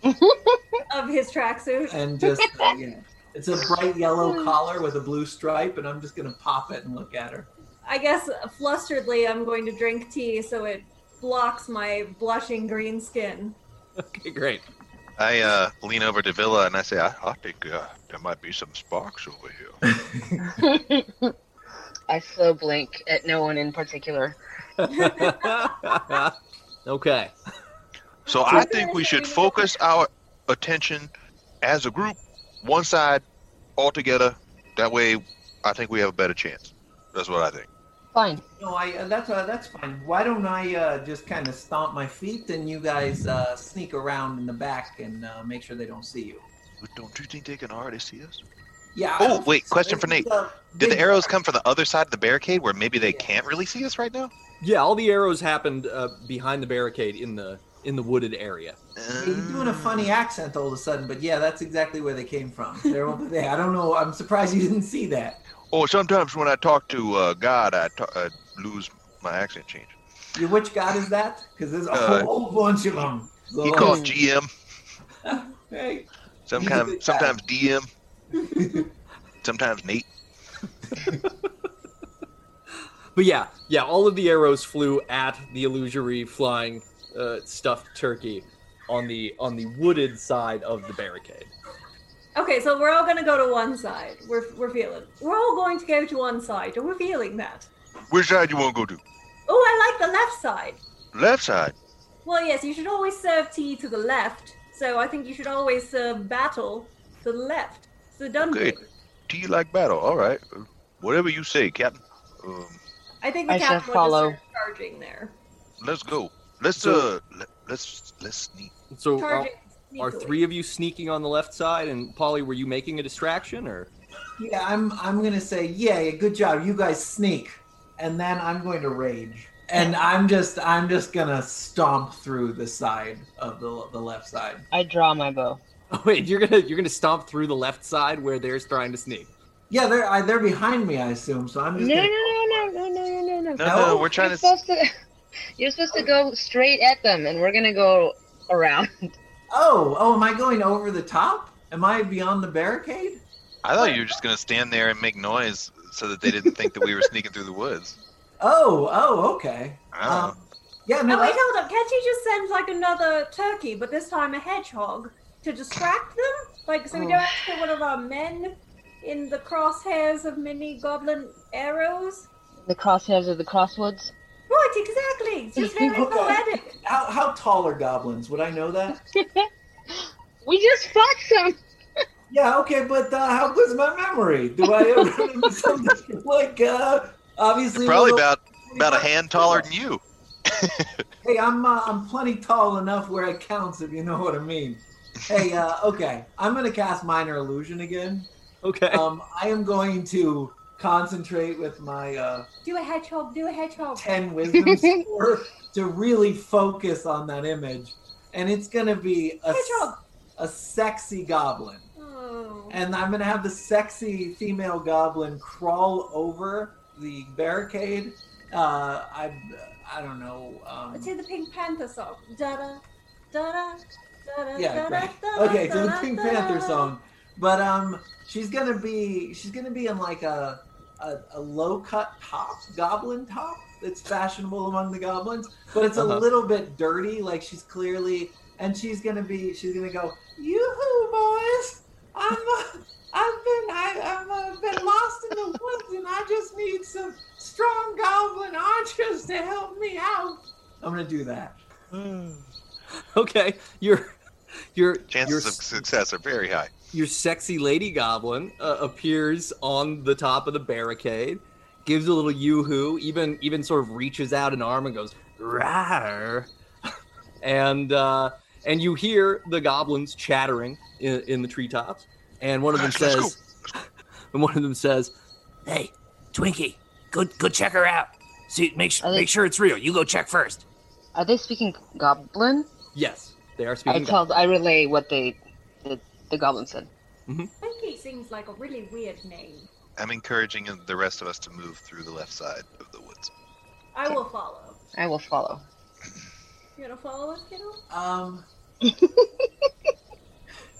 Of his tracksuit.
and just uh, yeah. It's a bright yellow collar with a blue stripe, and I'm just gonna pop it and look at her.
I guess flusteredly, I'm going to drink tea so it blocks my blushing green skin.
Okay, great.
I uh, lean over to Villa and I say, I, I think uh, there might be some sparks over here.
I slow blink at no one in particular.
okay.
So I think we should focus our attention as a group, one side, all together. That way, I think we have a better chance. That's what I think.
Fine.
No, I uh, that's uh, that's fine. Why don't I uh, just kind of stomp my feet and you guys uh, sneak around in the back and uh, make sure they don't see you.
But don't you think they can already see us?
Yeah. I
Oh,
don't-
wait, question for Nate.
Uh,
Did
big-
the arrows come from the other side of the barricade where maybe they can't really see us right now?
Yeah, all the arrows happened uh, behind the barricade in the in the wooded area.
You're doing a funny accent all of a sudden, but yeah, that's exactly where they came from. They're over there. I don't know. I'm surprised you didn't see that.
Or sometimes when I talk to uh, God, I ta- I lose my accent change.
Your which god is that? Because there's a
Uh,
whole bunch of them.
Oh.
He calls GM.
Hey, He's a big
Sometimes, sometimes DM. sometimes Nate.
But yeah, yeah, all of the arrows flew at the illusory flying uh, stuffed turkey on the on the wooded side of the barricade.
Okay, so we're all gonna go to one side. We're we're feeling. We're all going to go to one side, and we're feeling that.
Which side you want to go to?
Oh, I like the left side.
Left side.
Well, yes, you should always serve tea to the left. So I think you should always serve battle to the left. So done.
Okay. Do you like battle? All right. Whatever you say, Captain. Um,
I think the
I shall
captain
follow.
was just charging there.
let's go. Let's uh,
So-
let, let's let's sneak.
So are,
Charging.
are
sneakily.
three of you sneaking on the left side? And Polly, were you making a distraction or?
Yeah, I'm I'm gonna say, yeah, yeah, good job. You guys sneak. And then I'm going to rage. And I'm just I'm just gonna stomp through the side of the the left side.
I draw my bow.
Oh, wait, you're gonna you're gonna stomp through the left side where they're trying to sneak.
Yeah, they're I, they're behind me, I assume. So I'm
No,
just
no,
gonna,
no, no, no, no, no,
No,
no.
No,
no, we're trying to.
You're supposed to. You're supposed to go straight at them, and we're gonna go around.
Oh, oh, am I going over the top? Am I beyond the barricade?
I thought you were just gonna stand there and make noise so that they didn't think that we were sneaking through the woods.
Oh, oh, okay.
I
Uh,
don't know.
Um, yeah,
Oh
no,
wait,
I,
hold up! Can't you just send like another turkey, but this time a hedgehog, to distract them? Like, so we
Oh.
don't have to put one of our men in the crosshairs of mini goblin arrows.
The crosshairs of the crosswoods.
Right, exactly. It's just very
Okay.
poetic.
how how tall are goblins? Would I know that?
We just fought some.
Yeah, okay, but uh, how good's my memory? Do I ever remember something like uh, obviously
They're probably
little-
about about a hand taller than you.
Hey, I'm uh, I'm plenty tall enough where it counts if you know what I mean. Hey, uh, okay, I'm gonna cast minor illusion again.
Okay.
Uh,
Um, I am going to concentrate with my uh,
Do a hedgehog. Do a hedgehog.
10 wisdom score to really focus on that image. And it's going to be a,
Hedgehog.
a sexy goblin.
Oh.
And I'm going to have the sexy female goblin crawl over the barricade. Uh, I, I don't know. Um,
Let's hear the Pink Panther song. Da da da da da
yeah,
da da
right. Okay, to the Pink Panther song. But um, she's gonna be she's gonna be in like a a, a low cut top, goblin top that's fashionable among the goblins, but it's a
Uh-huh.
little bit dirty. Like she's clearly, and she's gonna be she's gonna go, yoo-hoo, boys! I'm uh, I've been I, I'm uh, been lost in the woods, and I just need some strong goblin archers to help me out. I'm gonna do that.
okay. You're you're
Chances of success are very high.
your sexy lady goblin uh, appears on the top of the barricade, gives a little yoo-hoo, even even sort of reaches out an arm and goes rawr, and uh, and you hear the goblins chattering in, in the treetops, and one of them
Guys, let's
says, and one of them says,
Hey, Twinkie, go go check her out. See, make su-
Are they-
make sure it's real. You go check first.
Are they speaking goblin?
"Yes, they are
I
speaking."
tell. I relay what they, the, the goblin said.
Pinky seems like a really weird name.
I'm encouraging the rest of us to move through the left side of the woods.
I will follow.
I will follow.
You gonna follow us, kiddo?
Um.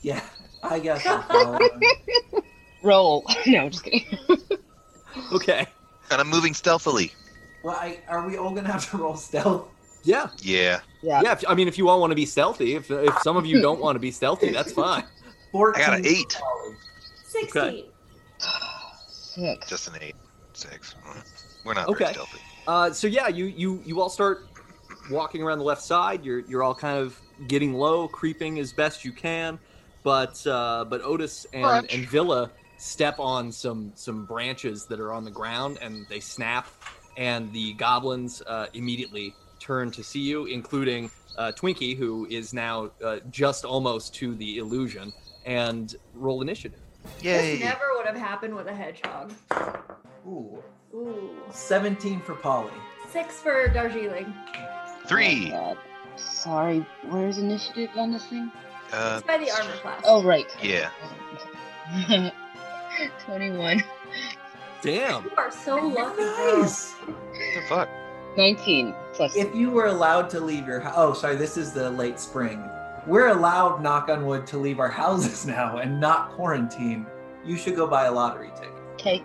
yeah, I guess. I'll follow him.
Roll. no, I'm just kidding.
Goblin. Okay,
And I'm moving stealthily.
well, I, are we all gonna have to roll stealth?
yeah,
Yeah.
Yeah.
yeah. If, I mean, if you all want to be stealthy, if if some of you don't want to be stealthy, that's fine.
I
Fourteen.
got an eight.
Sixteen.
Six.
Just an eight. Six. We're not
Okay.
very stealthy.
Uh, so yeah, you you you all start walking around the left side. You're you're all kind of getting low, creeping as best you can. But uh, but Otis and,
Crunch.
and Villa step on some some branches that are on the ground, and they snap, and the goblins uh, immediately turn to see you, including uh, Twinkie, who is now uh, just almost to the illusion, and roll initiative.
This
Yay.
never would have happened with a hedgehog.
Ooh,
Ooh.
seventeen for Polly.
Six for Darjeeling.
Three.
Oh, God. Sorry. Where's initiative on this thing?
Uh,
It's by the armor class.
Oh, right.
yeah.
Twenty-one.
Damn.
You are so lucky. girl.
Nice.
What the fuck?
Nineteen plus.
If you were allowed to leave your house, oh, sorry, this is the late spring. We're allowed, knock on wood, to leave our houses now and not quarantine. You should go buy a lottery ticket.
Okay.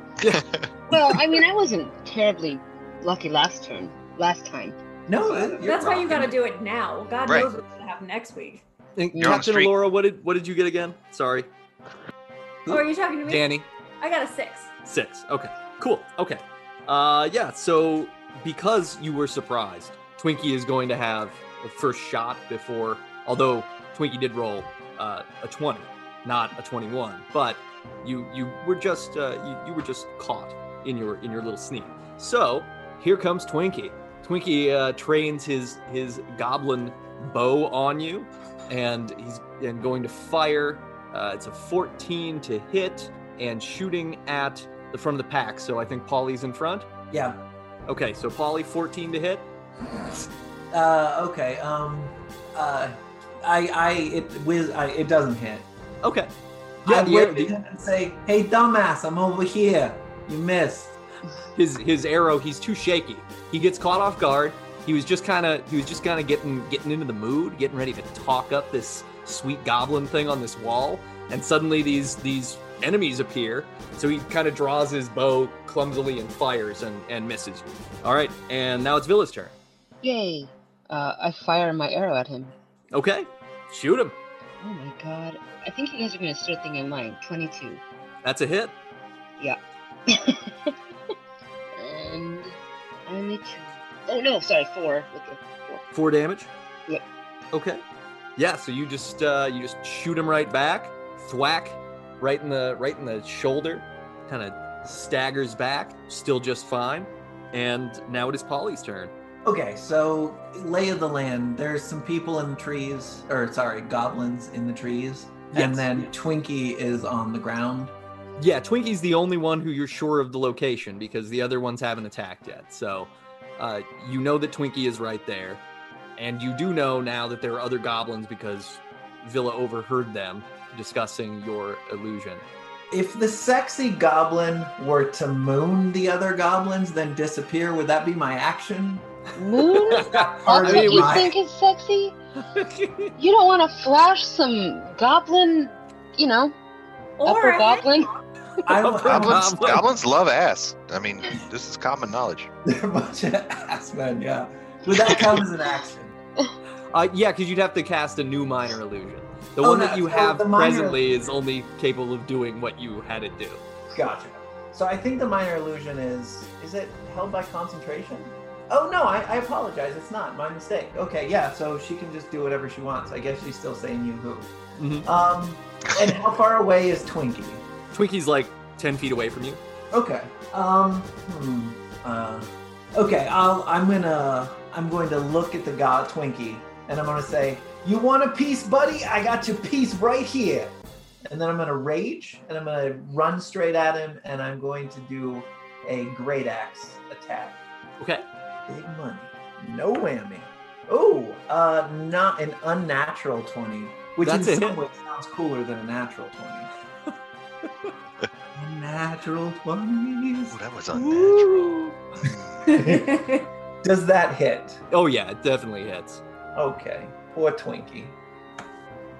well, I mean, I wasn't terribly lucky last turn, last time.
No, that- you're
That's why you
rocking.
got to do it now. God
Right.
knows what's going to happen next week.
And
You're
on the
Captain
street.
Laura, what did what did you get again? Sorry,
Oh, are you talking to me?
Danny.
I got a six.
Six. Okay. Cool. Okay. Uh, yeah. So because you were surprised, Twinkie is going to have the first shot before. Although Twinkie did roll uh, a twenty, not a twenty-one, but you you were just uh, you, you were just caught in your in your little sneak. So here comes Twinkie. Twinkie uh, trains his his goblin bow on you, and he's and going to fire. Uh, it's a fourteen to hit and shooting at the front of the pack. So I think Polly's in front.
Yeah.
Okay, so Polly 14 to hit.
Uh, okay. Um. Uh. I. I. It. Whiz, I, it doesn't hit.
Okay.
I
Yeah, the arrow,
whip it and say, "Hey, dumbass, I'm over here. You missed."
his his arrow, he's too shaky. He gets caught off guard. He was just kind of he was just kind of getting getting into the mood, getting ready to talk up this sweet goblin thing on this wall, and suddenly these these enemies appear. So he kind of draws his bow clumsily and fires and and misses. All right, and now it's Villa's turn.
Yay! Uh, I fire my arrow at him.
Okay, shoot him.
Oh my god! I think you guys are gonna start thinking mine. Twenty-two.
That's a hit.
and only two. Oh no! Sorry, four. With the four.
Four damage.
Yep.
Okay. Yeah. So you just uh, you just shoot him right back, thwack, right in the right in the shoulder, kind of staggers back, still just fine. And now it is Polly's turn.
Okay, so lay of the land. There's some people in the trees, or sorry, goblins in the trees,
Yes.
and then Twinkie is on the ground.
Yeah, Twinkie's the only one who you're sure of the location because the other ones haven't attacked yet. So uh, you know that Twinkie is right there. And you do know now that there are other goblins because Villa overheard them discussing your illusion.
If the sexy goblin were to moon the other goblins, then disappear, would that be my action?
Moon?
Or
That's what
mean,
you
my-
think is sexy? You don't want to flash some goblin, you know,
Or
upper
a
goblin.
I,
No problem.
am
Goblins,
Goblin.
goblins love ass. I mean, this is common knowledge.
a bunch of ass men, yeah. Would that count as an action?
Uh, yeah, because you'd have to cast a new minor illusion. The
Oh,
one
no,
that you
so
have
the minor-
presently is only capable of doing what you had it do.
Gotcha. So I think the minor illusion is is it held by concentration? Oh no, I, I apologize. It's not my mistake. Okay, yeah. So she can just do whatever she wants. I guess she's still saying you who.
Mhm.
Um, and how far away is Twinkie?
Twinkie's like 10 feet away from you.
Okay. Um. Hmm. Uh, okay. I'll. I'm gonna. I'm going to look at the god Twinkie, and I'm gonna say, "You want a piece, buddy? I got your piece right here." And then I'm gonna rage, and I'm gonna run straight at him, and I'm going to do a great axe attack.
Okay.
Big money, no whammy. Oh, uh, not an unnatural twenty, which
That's a
in some
hit.
ways sounds cooler than a natural twenty. Unnatural twenties.
Oh, that was unnatural.
goblin.
Does that hit?
Oh, yeah, it definitely hits.
Okay. Or Twinkie.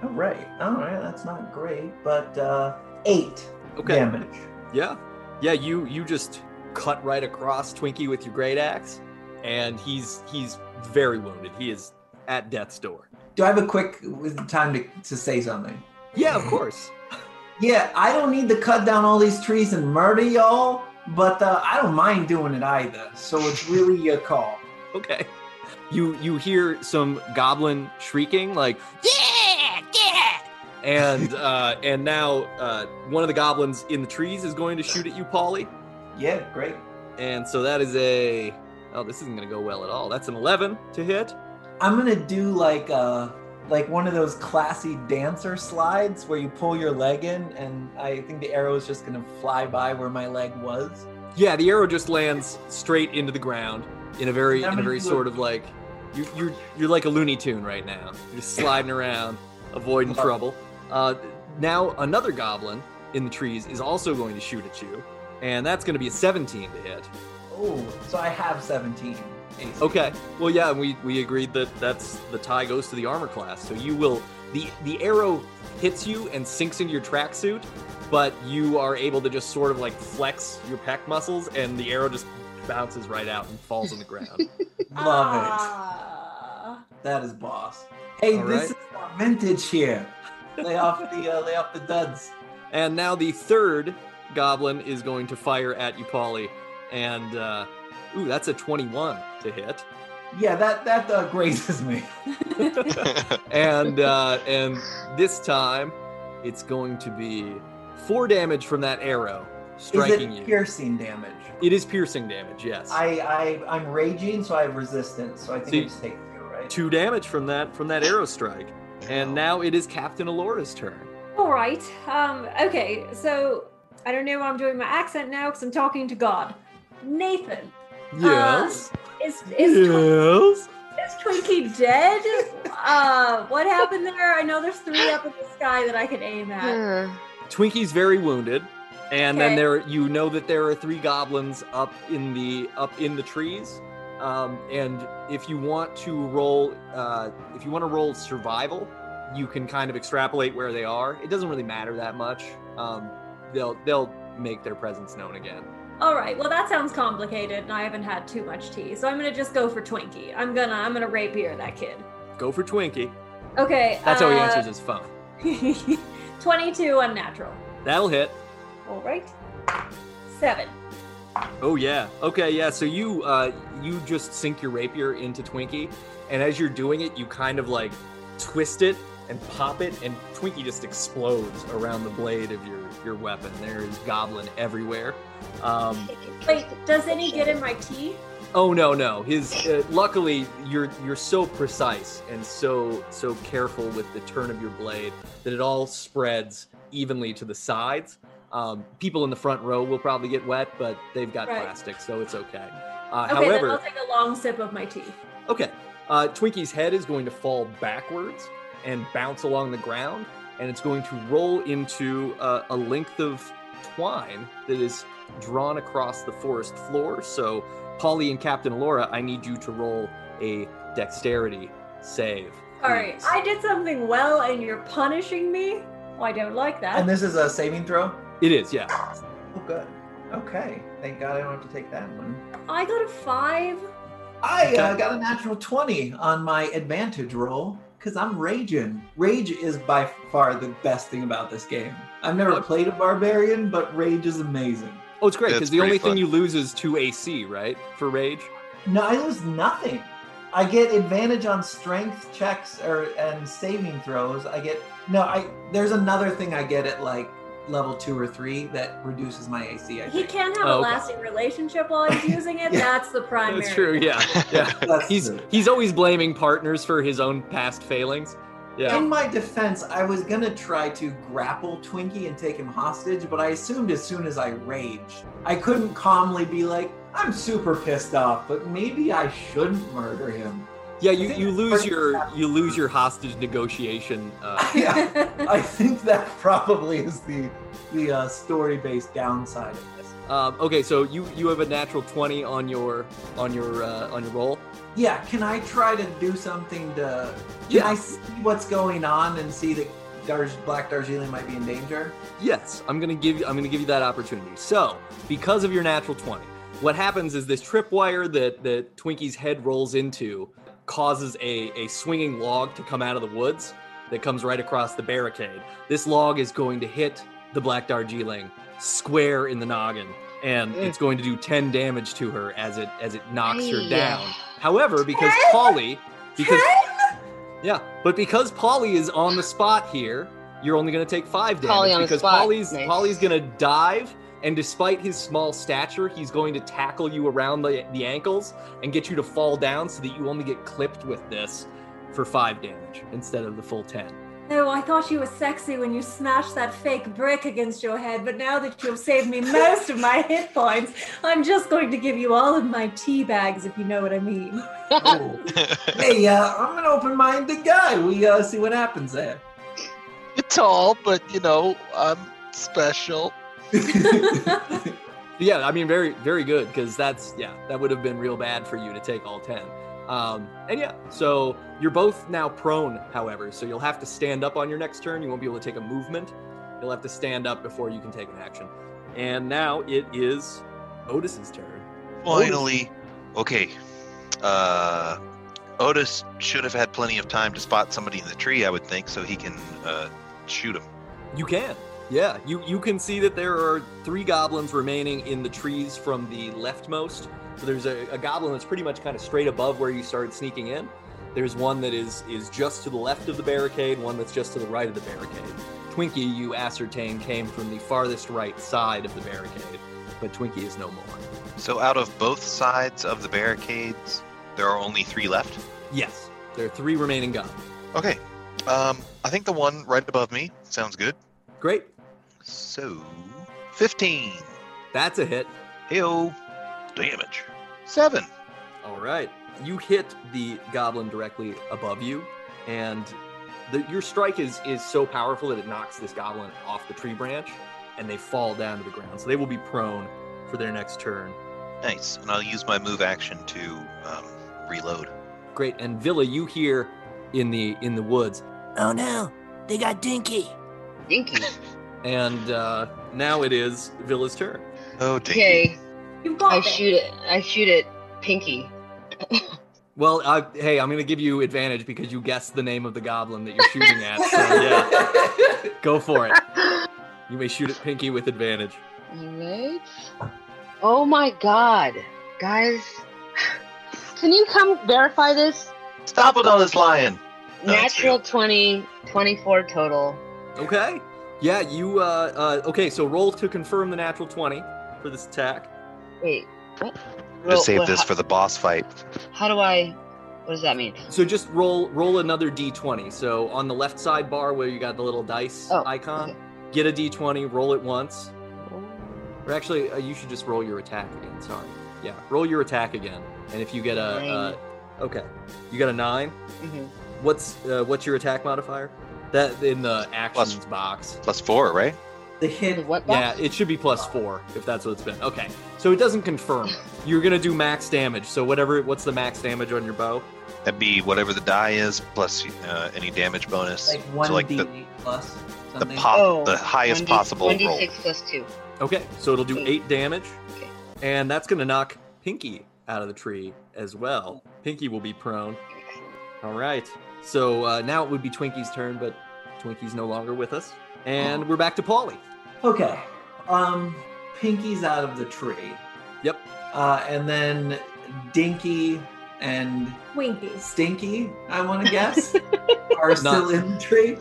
All right. All right. That's not great, but uh, eight
Okay.
damage.
Yeah. Yeah, you you just cut right across Twinkie with your great axe and he's he's very wounded. He is at death's door.
Do I have a quick time to, to say something?
Yeah, of course.
Yeah, I don't need to cut down all these trees and murder y'all, but uh, I don't mind doing it either. So it's really your call.
Okay. You you hear some goblin shrieking like
Yeah, yeah.
and uh and now uh one of the goblins in the trees is going to shoot at you, Polly.
Yeah, great.
And so that is a oh, this isn't gonna go well at all. That's an eleven to hit.
I'm gonna do like uh like one of those classy dancer slides where you pull your leg in, and I think the arrow is just gonna fly by where my leg was.
Yeah, the arrow just lands straight into the ground in a very in
That
a
makes
very
it
sort
look-
of like you, you're you're like a Looney Tune right now. You're just sliding around, avoiding trouble. Uh, now another goblin in the trees is also going to shoot at you, and that's going to be a 17 to hit.
Oh, so I have 17. AC.
Okay. Well, yeah, and we we agreed that that's the tie goes to the armor class. So you will the the arrow hits you and sinks into your tracksuit, but you are able to just sort of like flex your pec muscles, and the arrow just bounces right out and falls on the ground.
Love
Ah.
it. That is boss. Hey,
All
this is our vintage here. Lay off the uh, lay off the duds.
And now the third goblin is going to fire at you, Polly. And uh, ooh, that's a 21 to hit.
Yeah, that that uh, grazes me.
And uh, and this time, it's going to be four damage from that arrow striking
is it
you.
piercing damage?
it is piercing damage. Yes.
I I I'm raging, so I have resistance. So I think
See-
it's take two, right?
Two damage from that from that arrow strike. And now it is Captain Alora's turn.
All right. Um, okay, so I don't know why I'm doing my accent now because I'm talking to God. Nathan, Yes. is Uh, is, Twin-
yes.
is Twinkie dead? uh, what happened there? I know there's three up in the sky that I could aim at.
Uh,
Twinkie's very wounded, and then
Okay.
there you know that there are three goblins up in the up in the trees. Um, and if you want to roll, uh, if you want to roll survival, you can kind of extrapolate where they are. It doesn't really matter that much. Um, they'll they'll make their presence known again.
All right. Well, that sounds complicated, and I haven't had too much tea, so I'm gonna just go for Twinkie. I'm gonna I'm gonna rapier that kid.
Go for Twinkie.
Okay.
That's how he
uh,
answers his phone.
22 unnatural.
That'll hit.
All right. Seven.
Oh yeah. Okay, yeah. So you uh you just sink your rapier into Twinkie, and as you're doing it, you kind of like twist it and pop it, and Twinkie just explodes around the blade of your your weapon. There is goblin everywhere. Um,
Wait, does any get in my tea?
oh no, no. His uh, luckily you're you're so precise and so so careful with the turn of your blade that it all spreads evenly to the sides. Um, people in the front row will probably get wet, but they've got
Right.
plastic, so it's okay. Uh,
Okay,
however,
then I'll take a long sip of my tea.
Okay. Uh, Twinkie's head is going to fall backwards and bounce along the ground, and it's going to roll into uh, a length of twine that is drawn across the forest floor. So, Polly and Captain Laura, I need you to roll a dexterity save.
Sorry,
please.
I did something well and you're punishing me? Well, I don't like that.
And this is a saving throw.
It is, yeah.
Oh, good. Okay. Thank God I don't have to take that one.
I got a five.
I uh, got a natural 20 on my advantage roll because I'm raging. Rage is by far the best thing about this game. I've never played a barbarian, but rage is amazing.
Oh, it's great because
That's
the only
pretty fun.
thing you lose is 2 AC, right? For rage?
No, I lose nothing. I get advantage on strength checks or and saving throws. I get no. I there's another thing I get at like level two or three that reduces my AC. I
He
think.
can't have
Oh,
a
okay.
lasting relationship while he's using it.
Yeah.
That's the primary.
That's true, yeah. yeah.
That's
He's,
true.
he's always blaming partners for his own past failings. Yeah.
In my defense, I was gonna try to grapple Twinkie and take him hostage, but I assumed as soon as I raged, I couldn't calmly be like, "I'm super pissed off, but maybe I shouldn't murder him."
Yeah,
I
you,
think
you
that's
lose
pretty
your
sad.
you lose your hostage negotiation. Uh,
yeah, I think that probably is the the uh, story-based downside of this.
um, okay, so you you have a natural twenty on your on your uh, on your roll.
Yeah, can I try to do something to? Can
Yeah.
I see what's going on and see that Darj- Black Darjeeling might be in danger?
Yes, I'm gonna give you I'm gonna give you that opportunity. So because of your natural twenty, what happens is this tripwire that that Twinkie's head rolls into causes a a swinging log to come out of the woods that comes right across the barricade. This log is going to hit the Black Darjeeling square in the noggin, and
Mm.
it's going to do ten damage to her as it as it knocks her
Aye.
down. However, because
Ten?
Polly, because yeah, but because Polly is on the spot here, you're only going to take five damage
Polly on the
because
spot.
Polly's
Nice.
Polly's going to dive, and despite his small stature, he's going to tackle you around the, the ankles and get you to fall down so that you only get clipped with this for five damage instead of the full ten.
No, I thought you were sexy when you smashed that fake brick against your head, but now that you've saved me most of my hit points, I'm just going to give you all of my tea bags, if you know what I mean.
Ooh. hey, uh, I'm an open-minded guy. We uh, see what happens there.
You're tall, but you know I'm special.
Yeah, I mean, very, very good because that's yeah, that would have been real bad for you to take all ten. Um, and yeah, so you're both now prone, however, so you'll have to stand up on your next turn. You won't be able to take a movement. You'll have to stand up before you can take an action. And now it is Otis's turn.
finally, okay. Uh, Otis should have had plenty of time to spot somebody in the tree, I would think, so he can uh, shoot him.
You can. Yeah, you you can see that there are three goblins remaining in the trees from the leftmost. So there's a, a goblin that's pretty much kind of straight above where you started sneaking in. There's one that is is just to the left of the barricade, one that's just to the right of the barricade. Twinkie, you ascertain, came from the farthest right side of the barricade, but Twinkie is no more.
So, out of both sides of the barricades, there are only three left.
Yes, there are three remaining goblins.
Okay. Um, I think the one right above me sounds good.
Great,
So, 15.
that's a hit.
Heyo. Damage. Seven.
All right. You hit the goblin directly above you, and the, your strike is, is so powerful that it knocks this goblin off the tree branch, and they fall down to the ground. So they will be prone for their next turn.
Nice. And I'll use my move action to um, reload.
Great. And Villa, you hear in the in the woods,
Oh no, they got Dinky.
Dinky.
and uh, now it is Villa's turn.
Oh, dang.
Okay.
You got
I
it.
shoot it. I shoot it. Pinky.
Well, I, hey, I'm going to give you advantage because you guessed the name of the goblin that you're shooting at. So yeah, go for it. You may shoot at Pinky with advantage.
Alright. Oh my god. Guys. Can you come verify this?
Stop with all this lying. No, it's
Natural
real.
20, 24 total.
Okay. Yeah, you, uh, uh, okay, so roll to confirm the natural 20 for this attack.
Wait. What? Roll-
Just save
wait,
this
ho-
for the boss fight.
How do I. What does that mean?
So just roll, roll another d20. So on the left side bar where you got the little dice
Oh,
icon,
okay.
get a d20, roll it once. Or actually, uh, you should just roll your attack again. Sorry. Yeah, roll your attack again. And if you get a, uh,
Nine.
okay, you got a nine.
Mhm.
What's, uh, what's your attack modifier? That in the actions box.
Plus four, right?
the
The
hit.
What
Yeah,
box?
it should be plus four if that's what it's been. Okay, so it doesn't confirm. You're gonna do max damage. So whatever, what's the max damage on your bow?
That'd be whatever the die is plus uh, any damage bonus.
Like one
so like
D
the,
plus
the
something.
pop,
Oh,
the highest
1D
possible
1d6
roll.
plus 2.
Okay, so it'll do
Eight.
eight damage,
Okay.
and that's gonna knock Pinky out of the tree as well. Pinky will be prone. All right. So uh, now it would be Twinkie's turn, but Twinkie's no longer with us,
Oh.
and we're back to Polly.
Okay. Um, Pinky's out of the tree.
Yep.
Uh, and then Dinky and
Twinkies.
Stinky, I want to guess, are still in the tree.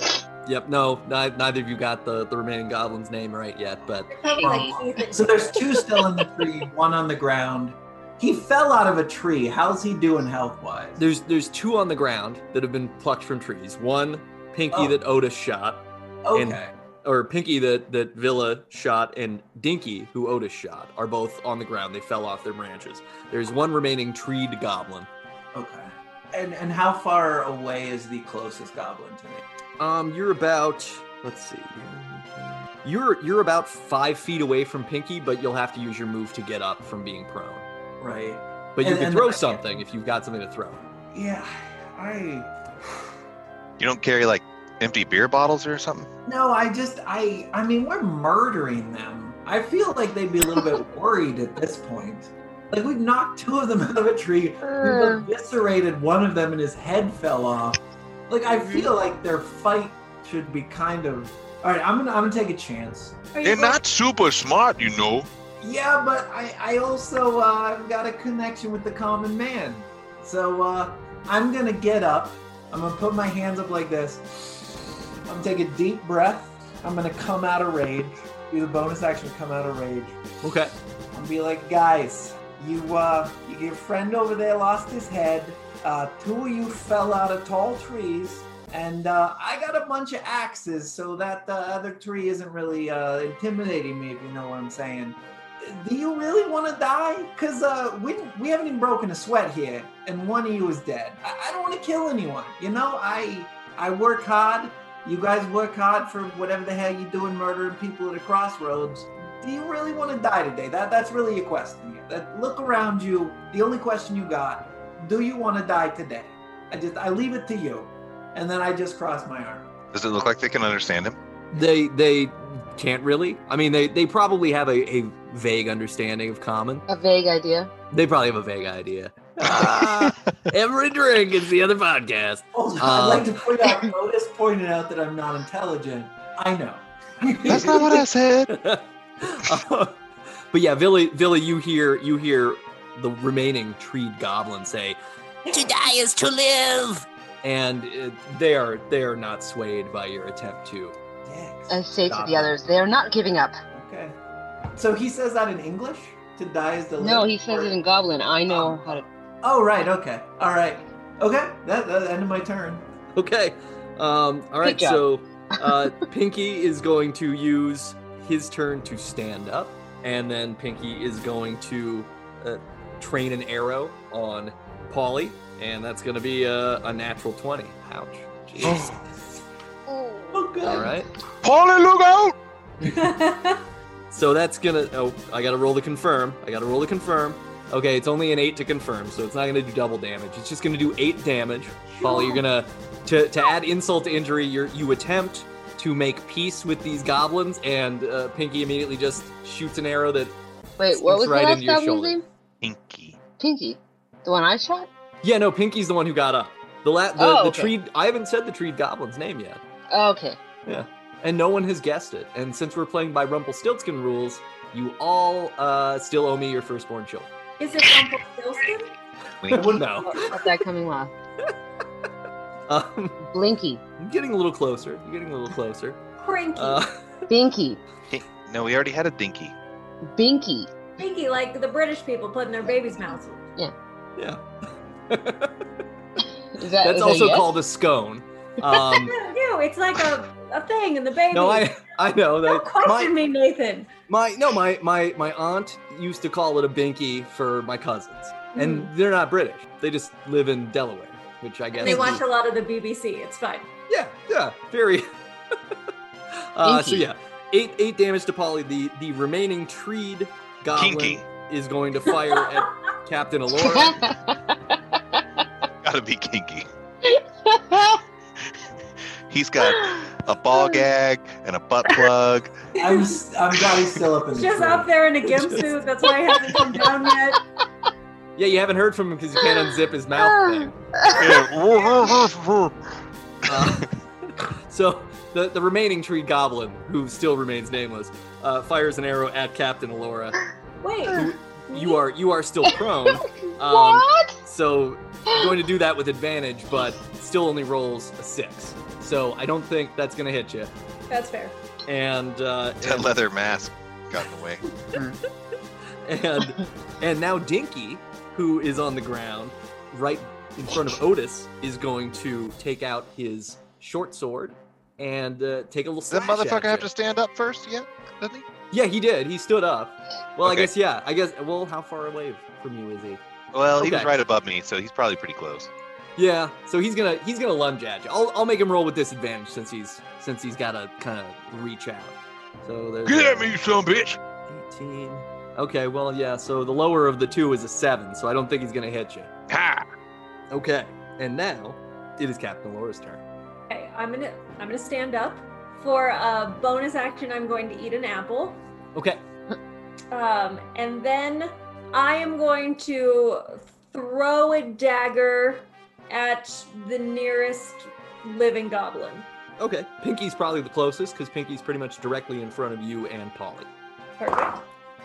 Yep. No, ni- neither of you got the the remaining goblin's name right yet, but
Oh.
Probably like
Um,
Ethan.
So there's two still in the tree, one on the ground. He fell out of a tree. How's he doing health wise?
There's there's two on the ground that have been plucked from trees. One Pinky
Oh.
that Otis shot,
Okay.
or Pinky that that Villa shot, and Dinky who Otis shot are both on the ground. They fell off their branches. There's one remaining treed goblin.
Okay. And and how far away is the closest goblin to me?
Um, you're about let's see, you're you're about five feet away from Pinky, but you'll have to use your move to get up from being prone.
Right.
But you
And-
can
and-
throw something if you've got something to throw.
Yeah. I
You don't carry like empty beer bottles or something?
no, I just I I mean we're murdering them. I feel like they'd be a little bit worried at this point. Like we've knocked two of them out of a tree. We've
Uh,
eviscerated one of them and his head fell off. Like I feel like their fight should be kind of all right. I'm gonna I'm gonna take a chance.
Are you
They're
going-
not super smart, you know.
Yeah, but I I also uh, I've got a connection with the common man, so uh, I'm gonna get up. I'm gonna put my hands up like this. I'm gonna take a deep breath. I'm gonna come out of rage. Do the bonus action, come out of rage.
Okay.
and be like, guys, you uh, your friend over there lost his head. Uh, two of you fell out of tall trees, and uh, I got a bunch of axes, so that the other tree isn't really uh, intimidating me, if you know what I'm saying. Do you really want to die? Cause uh, we we haven't even broken a sweat here, and one of you is dead. I, I don't want to kill anyone. You know, I I work hard. You guys work hard for whatever the hell you do in murdering people at a crossroads do you really want to die today? That that's really your question. here. That look around you. The only question you got: Do you want to die today? I just I leave it to you, and then I just cross my arm.
Does it look like they can understand him?
They they Can't really. I mean, they, they probably have a, a vague understanding of common.
A vague idea.
They probably have a vague idea. Ah, every drink is the other podcast.
Hold on,
Uh,
I'd like to point out, Otis pointed out that I'm not intelligent. I know.
That's not what I said.
Uh, but yeah, Villy, Villy, you hear you hear the remaining treed goblin say,
To die is to live.
and uh, they are they are not swayed by your attempt to.
I
Dicks.
say to
Stop
the
it.
others, they are not giving up.
Okay. So he says that in English? To die is the
No,
live?
he says
Or-
it in Goblin. I know how to.
Oh, right. Okay. All right. Okay. That, that's the end of my turn.
Okay, um, all right.
job.
So uh, Pinky is going to use his turn to stand up, and then Pinky is going to uh, train an arrow on Polly, and that's going to be uh, a, a natural twenty. Ouch. Jeez.
Oh, good.
all right.
Polly, look out!
So that's gonna. Oh, I gotta roll to confirm. I gotta roll to confirm. Okay, it's only an eight to confirm, so it's not gonna do double damage. It's just gonna do eight damage. Polly, you're gonna to to add insult to injury. You you attempt to make peace with these goblins, and uh, Pinky immediately just shoots an arrow that.
Wait, what
Sneaks
was
right
the last
into your
goblin's
shoulder.
name?
Pinky.
Pinky. The one I shot?
Yeah, no, Pinky's the one who got up. The la- the,
Oh,
the
okay.
tree. I haven't said the tree goblin's name yet,
Oh, okay.
and no one has guessed it. And since we're playing by Rumpelstiltskin rules, you all uh, still owe me your firstborn children.
Is it Rumpelstiltskin?
Winky.
No,
What's that coming last?
um,
Blinky.
I'm getting a little closer. You're getting a little closer.
Cranky.
Uh,
Binky.
Dink- No, we already had a dinky.
Binky.
Pinky, like the British people put in their babies' mouths.
yeah.
Is that,
That's
is
also
a yes?
called a scone. Um,
Yeah, do. It's like a, a thing in the baby.
no, I I know
Don't
that
question
my
me, Nathan.
my no my my my aunt used to call it a binky for my cousins, and
Hmm.
they're not British. They just live in Delaware, which I guess
They
is-
watch a lot of the BBC. It's fine.
Yeah, yeah, very. uh, so
Binky.
yeah, eight eight damage to Polly. The the remaining treed goblin
Kinky.
is going to fire at Captain Alora.
Gotta be kinky. He's got a ball gag and a butt plug.
I'm, s- I'm glad he's still up in the
Just
tree.
up there in a gimp suit. That's why he hasn't come down yet.
Yeah, you haven't heard from him because you can't unzip his
Ah.
mouth thing. Uh, so the, the remaining tree goblin, who still remains nameless, uh, fires an arrow at Captain Alora.
Wait. Hmm,
Who, you are you are still prone, Um,
what?
so going to do that with advantage, but still only rolls a six. So I don't think that's going to hit you.
That's fair.
And uh,
That leather mask got in the way.
and, and and now Dinky, who is on the ground right in front of Otis, is going to take out his short sword and uh, take a little.
Does that
slash at
motherfucker have
you.
to stand up first yet? Doesn't he?
Yeah, he did. He stood up. Well, I
Okay.
guess yeah. I guess. Well, how far away from you is he?
Well, he was
Okay.
right above me, so he's probably pretty close.
Yeah. So he's gonna he's gonna lunge at you. I'll I'll make him roll with disadvantage since he's since he's gotta kind of reach out. So there's a
you son bitch!
eighteen. Okay. Well, yeah. So the lower of the two is a seven. So I don't think he's gonna hit you.
Ha!
Okay. And now it is Captain Laura's turn.
Okay, I'm gonna I'm gonna stand up. For a bonus action, I'm going to eat an apple.
Okay.
Um, and then I am going to throw a dagger at the nearest living goblin.
Okay. Pinky's probably the closest because Pinky's pretty much directly in front of you and Polly.
Perfect.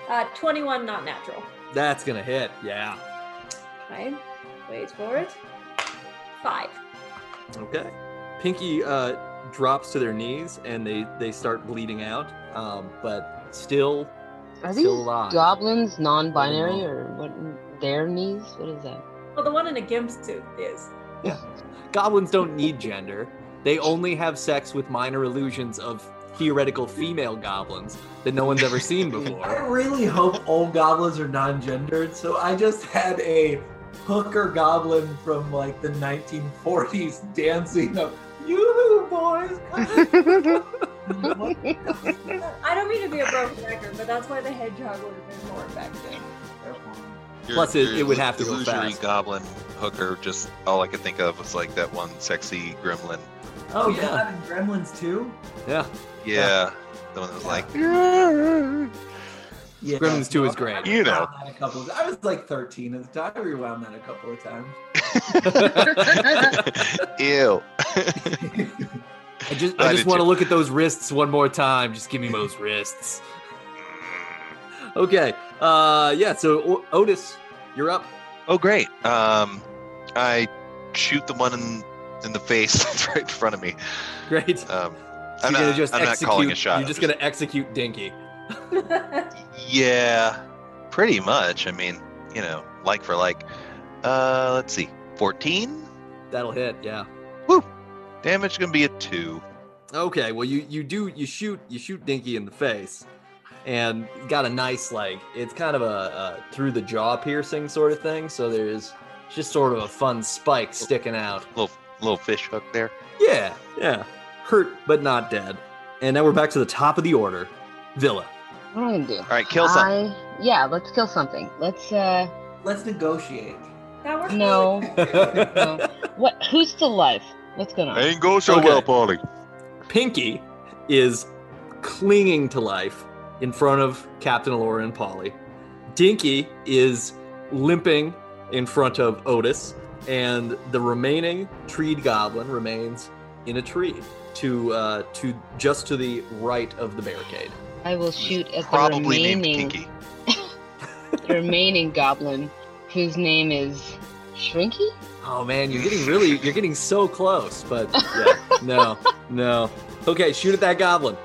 Uh, 21, not natural.
That's gonna hit. Yeah.
Okay, wait for it. Five.
Okay. Pinky uh, drops to their knees and they, they start bleeding out, um, but still Um,
Are these
still alive.
goblins non-binary
Still alive.
or what? Their knees? What is that?
Well, the one in a gimp suit is.
Goblins don't need gender. They only have sex with minor illusions of theoretical female goblins that no one's ever seen
I
before.
really hope all goblins are non-gendered. So I just had a hooker goblin from like the 1940s dancing up. Yoo-hoo, boys! What?
I don't mean to be a broken record, but that's why the hedgehog would have been more effective.
Plus, it- it would have to go
illusory
fast.
goblin hooker. Just all I could think of was like that one sexy gremlin
Oh, you're
Yeah.
having Gremlins too?
Yeah.
Yeah. The one that was like,
Yeah.
Gremlins 2 is great.
You know.
rewound that a couple of- I was like 13 at the time. I rewound that a couple of times.
ew.
I just,
I
I
did
just want to
too.
look at those wrists one more time. Just give me those wrists. Okay. Uh, yeah. So o- Otis, you're up.
Oh, great. Um, I shoot the one in, in the face that's right in front of me.
Great.
Um,
you're
I'm,
gonna
not,
just
I'm not
execute.
calling a shot.
You're
I'm
just gonna execute Dinky.
Yeah, pretty much. I mean, you know, like for like. Uh, let's see, 14
That'll hit. Yeah.
damage gonna be a two.
Okay. Well, you you do you shoot you shoot Dinky in the face, and got a nice like it's kind of a, a through the jaw piercing sort of thing. So there's just sort of a fun spike sticking out.
Little little fish hook there.
Yeah. Yeah. Hurt but not dead. And now we're back to the top of the order. Villa.
What am I gonna do?
All right, kill something.
I, yeah, let's kill something. Let's uh
Let's negotiate.
That works.
no. no. What who's still alive? What's going on?
Ain't go so
Okay. well,
Polly.
Pinky is clinging to life in front of Captain Alora and Polly. Dinky is limping in front of Otis, and the remaining treed goblin remains in a tree to uh, to just to the right of the barricade.
I will shoot at the
Probably named
remaining
Pinky.
the remaining goblin whose name is Shrinky?
Oh man, you're getting really you're getting so close, but yeah, no, no. Okay, shoot at that goblin.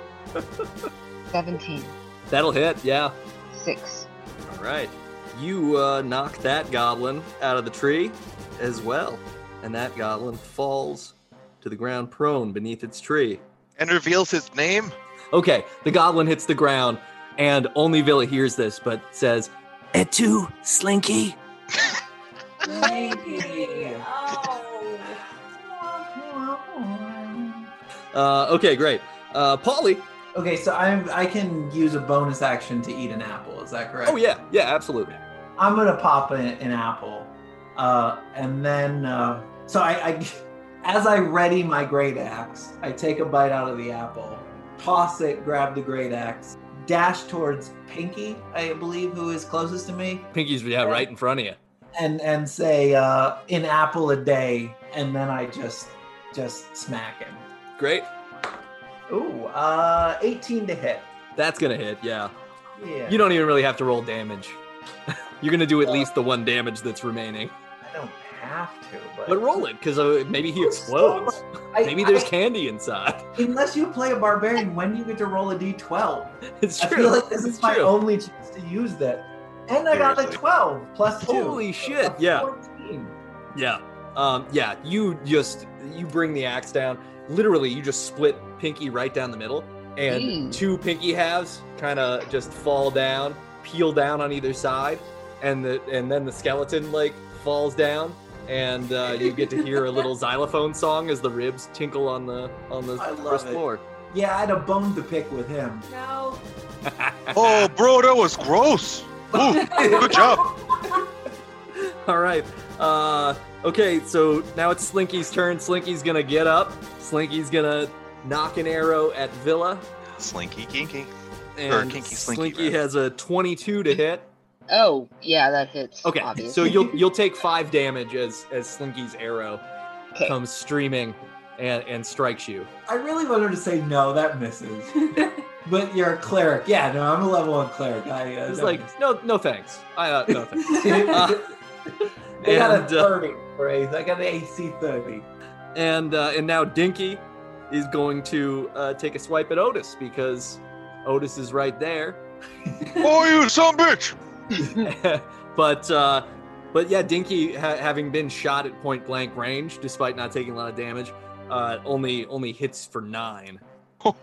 Seventeen.
That'll hit. Yeah.
Six.
All right. You uh, knock that goblin out of the tree as well. And that goblin falls to the ground prone beneath its tree.
And reveals his name.
Okay, the goblin hits the ground, and only Villa hears this, but says,
Et tu, Slinky?
Maybe.
Oh.
uh, okay, great. Uh, Polly.
Okay, so I'm I can use a bonus action to eat an apple. Is that correct?
Oh, yeah. Yeah, absolutely.
I'm gonna pop an, an apple, uh, and then uh, so I, I, as I ready my great axe, I take a bite out of the apple, toss it, grab the great axe, dash towards Pinky, I believe, who is closest to me,
Pinky's yeah, right in front of you.
and and say uh, an apple a day, and then I just just smack him.
Great.
Ooh, uh, 18 to hit.
That's going to hit. Yeah.
Yeah,
You don't even really have to roll damage. You're going to do at least the one damage that's remaining.
I don't have to, but,
But roll it, because uh, maybe he explodes.
I-
Maybe there's
I-
candy inside.
unless you play a barbarian, when do you get to roll a d12?
It's
I
true.
feel like this
It's
is my
true.
only chance to use that. And I got a
Seriously.
12 plus 2.
Holy shit,
A
yeah.
14.
Yeah. Um, yeah, you just you bring the axe down. Literally, you just split Pinky right down the middle, and
Hmm.
Mm.
two Pinky halves kind of just fall down, peel down on either side, and the and then the skeleton like falls down, and uh, you get to hear a little xylophone song as the ribs tinkle on the on the
I love
first
it.
floor.
Yeah, I had a bone to pick with him.
No.
Oh, bro, that was gross. Ooh, good job.
All right. Uh, okay, so now it's Slinky's turn. Slinky's gonna get up. Slinky's gonna knock an arrow at Villa.
Slinky kinky.
And
Or Kinky Slinky,
Slinky
rather.
has a 22 to hit.
Oh, yeah, that hits.
Okay,
obviously.
so you'll you'll take five damage as as Slinky's arrow
Okay.
comes streaming and, and strikes you.
I really wanted to say no, that misses. but you're a cleric. Yeah, no, I'm a level 1 cleric. I uh,
It's
that
like
misses.
no no thanks. I uh, no thanks.
Oh.
Uh,
they got a
and, uh,
30 raise. I got an AC 30.
and uh, and now Dinky is going to uh, take a swipe at Otis because Otis is right there.
Oh, you son of a bitch.
but uh, but yeah, Dinky ha- having been shot at point blank range, despite not taking a lot of damage, uh, only only hits for nine.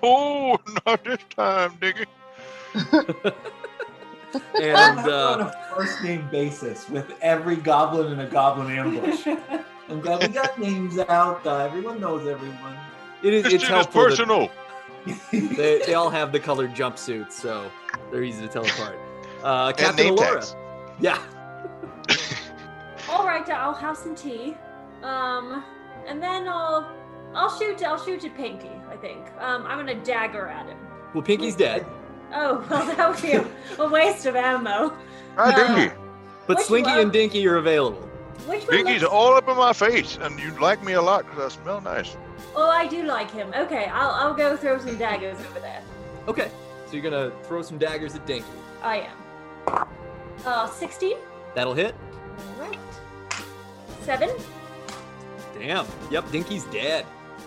Oh, not this time, Diggy.
And
I'm on
uh,
a first name basis with every goblin in a goblin ambush. I'm glad we got names out. Uh, everyone knows everyone.
it is
This
it's
shit is
helpful. that
personal.
They, they all have the colored jumpsuits, so they're easy to tell apart. Uh,
And
Captain
name
Alora,
tags.
yeah,
All right, I'll have some tea. Um, and then I'll I'll shoot. I'll shoot at Pinky. I think. Um, I'm gonna dagger at him.
Well, Pinky's dead,
Oh well, that would be a, a waste of ammo.
Ah,
No.
Dinky.
but
Which
Slinky
one?
and Dinky are available.
Which one?
Dinky's
looks-
all up in my face, and you like me a lot because I smell nice.
Oh, I do like him. Okay, I'll I'll go throw some daggers over there.
Okay, so you're gonna throw some daggers at Dinky.
I am. Uh, sixteen.
That'll hit.
Right. Seven.
Damn. Yep, Dinky's dead.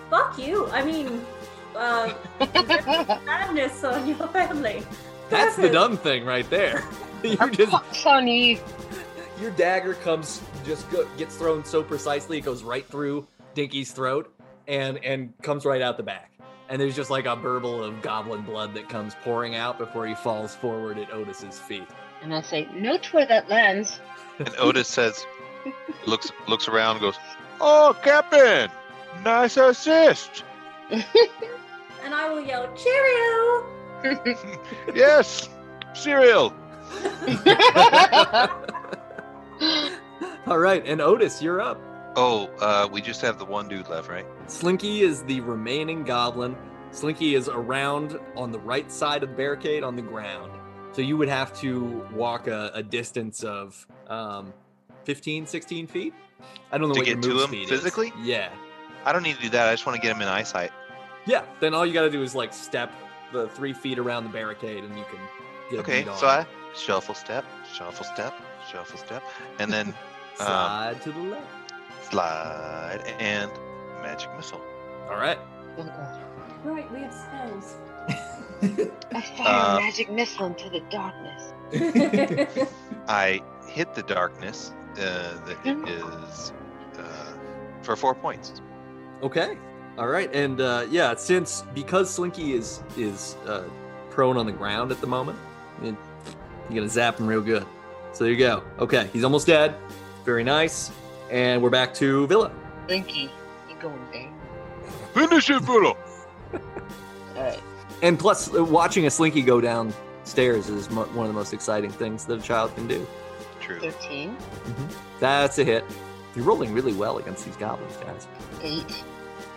Fuck you. I mean, uh, madness on your family.
That's the
Perfect.
dumb thing right there. you just
Funny.
your dagger comes just go, gets thrown so precisely it goes right through Dinky's throat and and comes right out the back. And there's just like a burble of goblin blood that comes pouring out before he falls forward at Otis's feet.
And I say, note where that lands.
And Otis says, looks looks around, goes, "Oh, Captain, nice assist.
And I will yell cheerio.
Yes, cereal.
Oh,
All right, and Otis, you're up.
Oh, uh, we just have the one dude left, right?
Slinky is the remaining goblin. Slinky is around on the right side of the barricade on the ground. So you would have to walk a, a distance of um, 15, 16 feet. I don't know
To
what your
get to
move
him
speed is.
physically?
Yeah.
I don't need to do that. I just want to get him in eyesight.
Yeah. Then all you got to do is like step the three feet around the barricade and you can get a
Okay,
beat on
so
him.
I shuffle step, shuffle step, shuffle step, and then um,
Slide to the left.
slide and magic missile.
All right.
Oh, God.
Right, we have spells.
I fire
Uh,
a magic missile into the darkness.
I hit the darkness. Uh, that it is uh, for four points.
Okay. All right. And uh, yeah, since because Slinky is is uh, prone on the ground at the moment, you- you're gonna zap him real good. So there you go. Okay, he's almost dead. Very nice. And we're back to Villa.
Blinky, you going down?
Finish it, Bruno.
All right.
And plus, uh, watching a Slinky go downstairs is mo- one of the most exciting things that a child can do.
True.
13,
That's a hit. You're rolling really well against these goblins, guys.
8.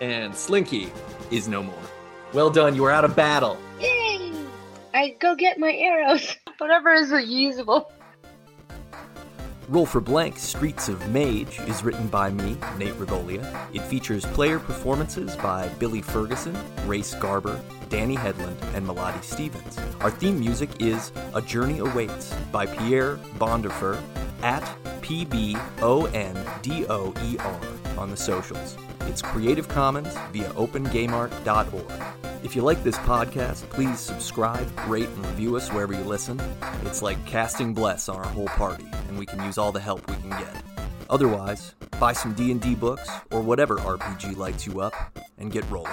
And Slinky is no more. Well done. You are out of battle.
Yay! I go get my arrows. Whatever is usable.
Roll for Blank Streets of Mage is written by me, Nate Rigolia. It features player performances by Billy Ferguson, Race Garber, Danny Headland, and Melody Stevens. Our theme music is A Journey Awaits by Pierre Bondifer at PBONDOER E on the socials. It's Creative Commons via opengameart.org. If you like this podcast, please subscribe, rate, and review us wherever you listen. It's like casting bless on our whole party, and we can use all the help we can get. Otherwise, buy some D&D books or whatever RPG lights you up and get rolling.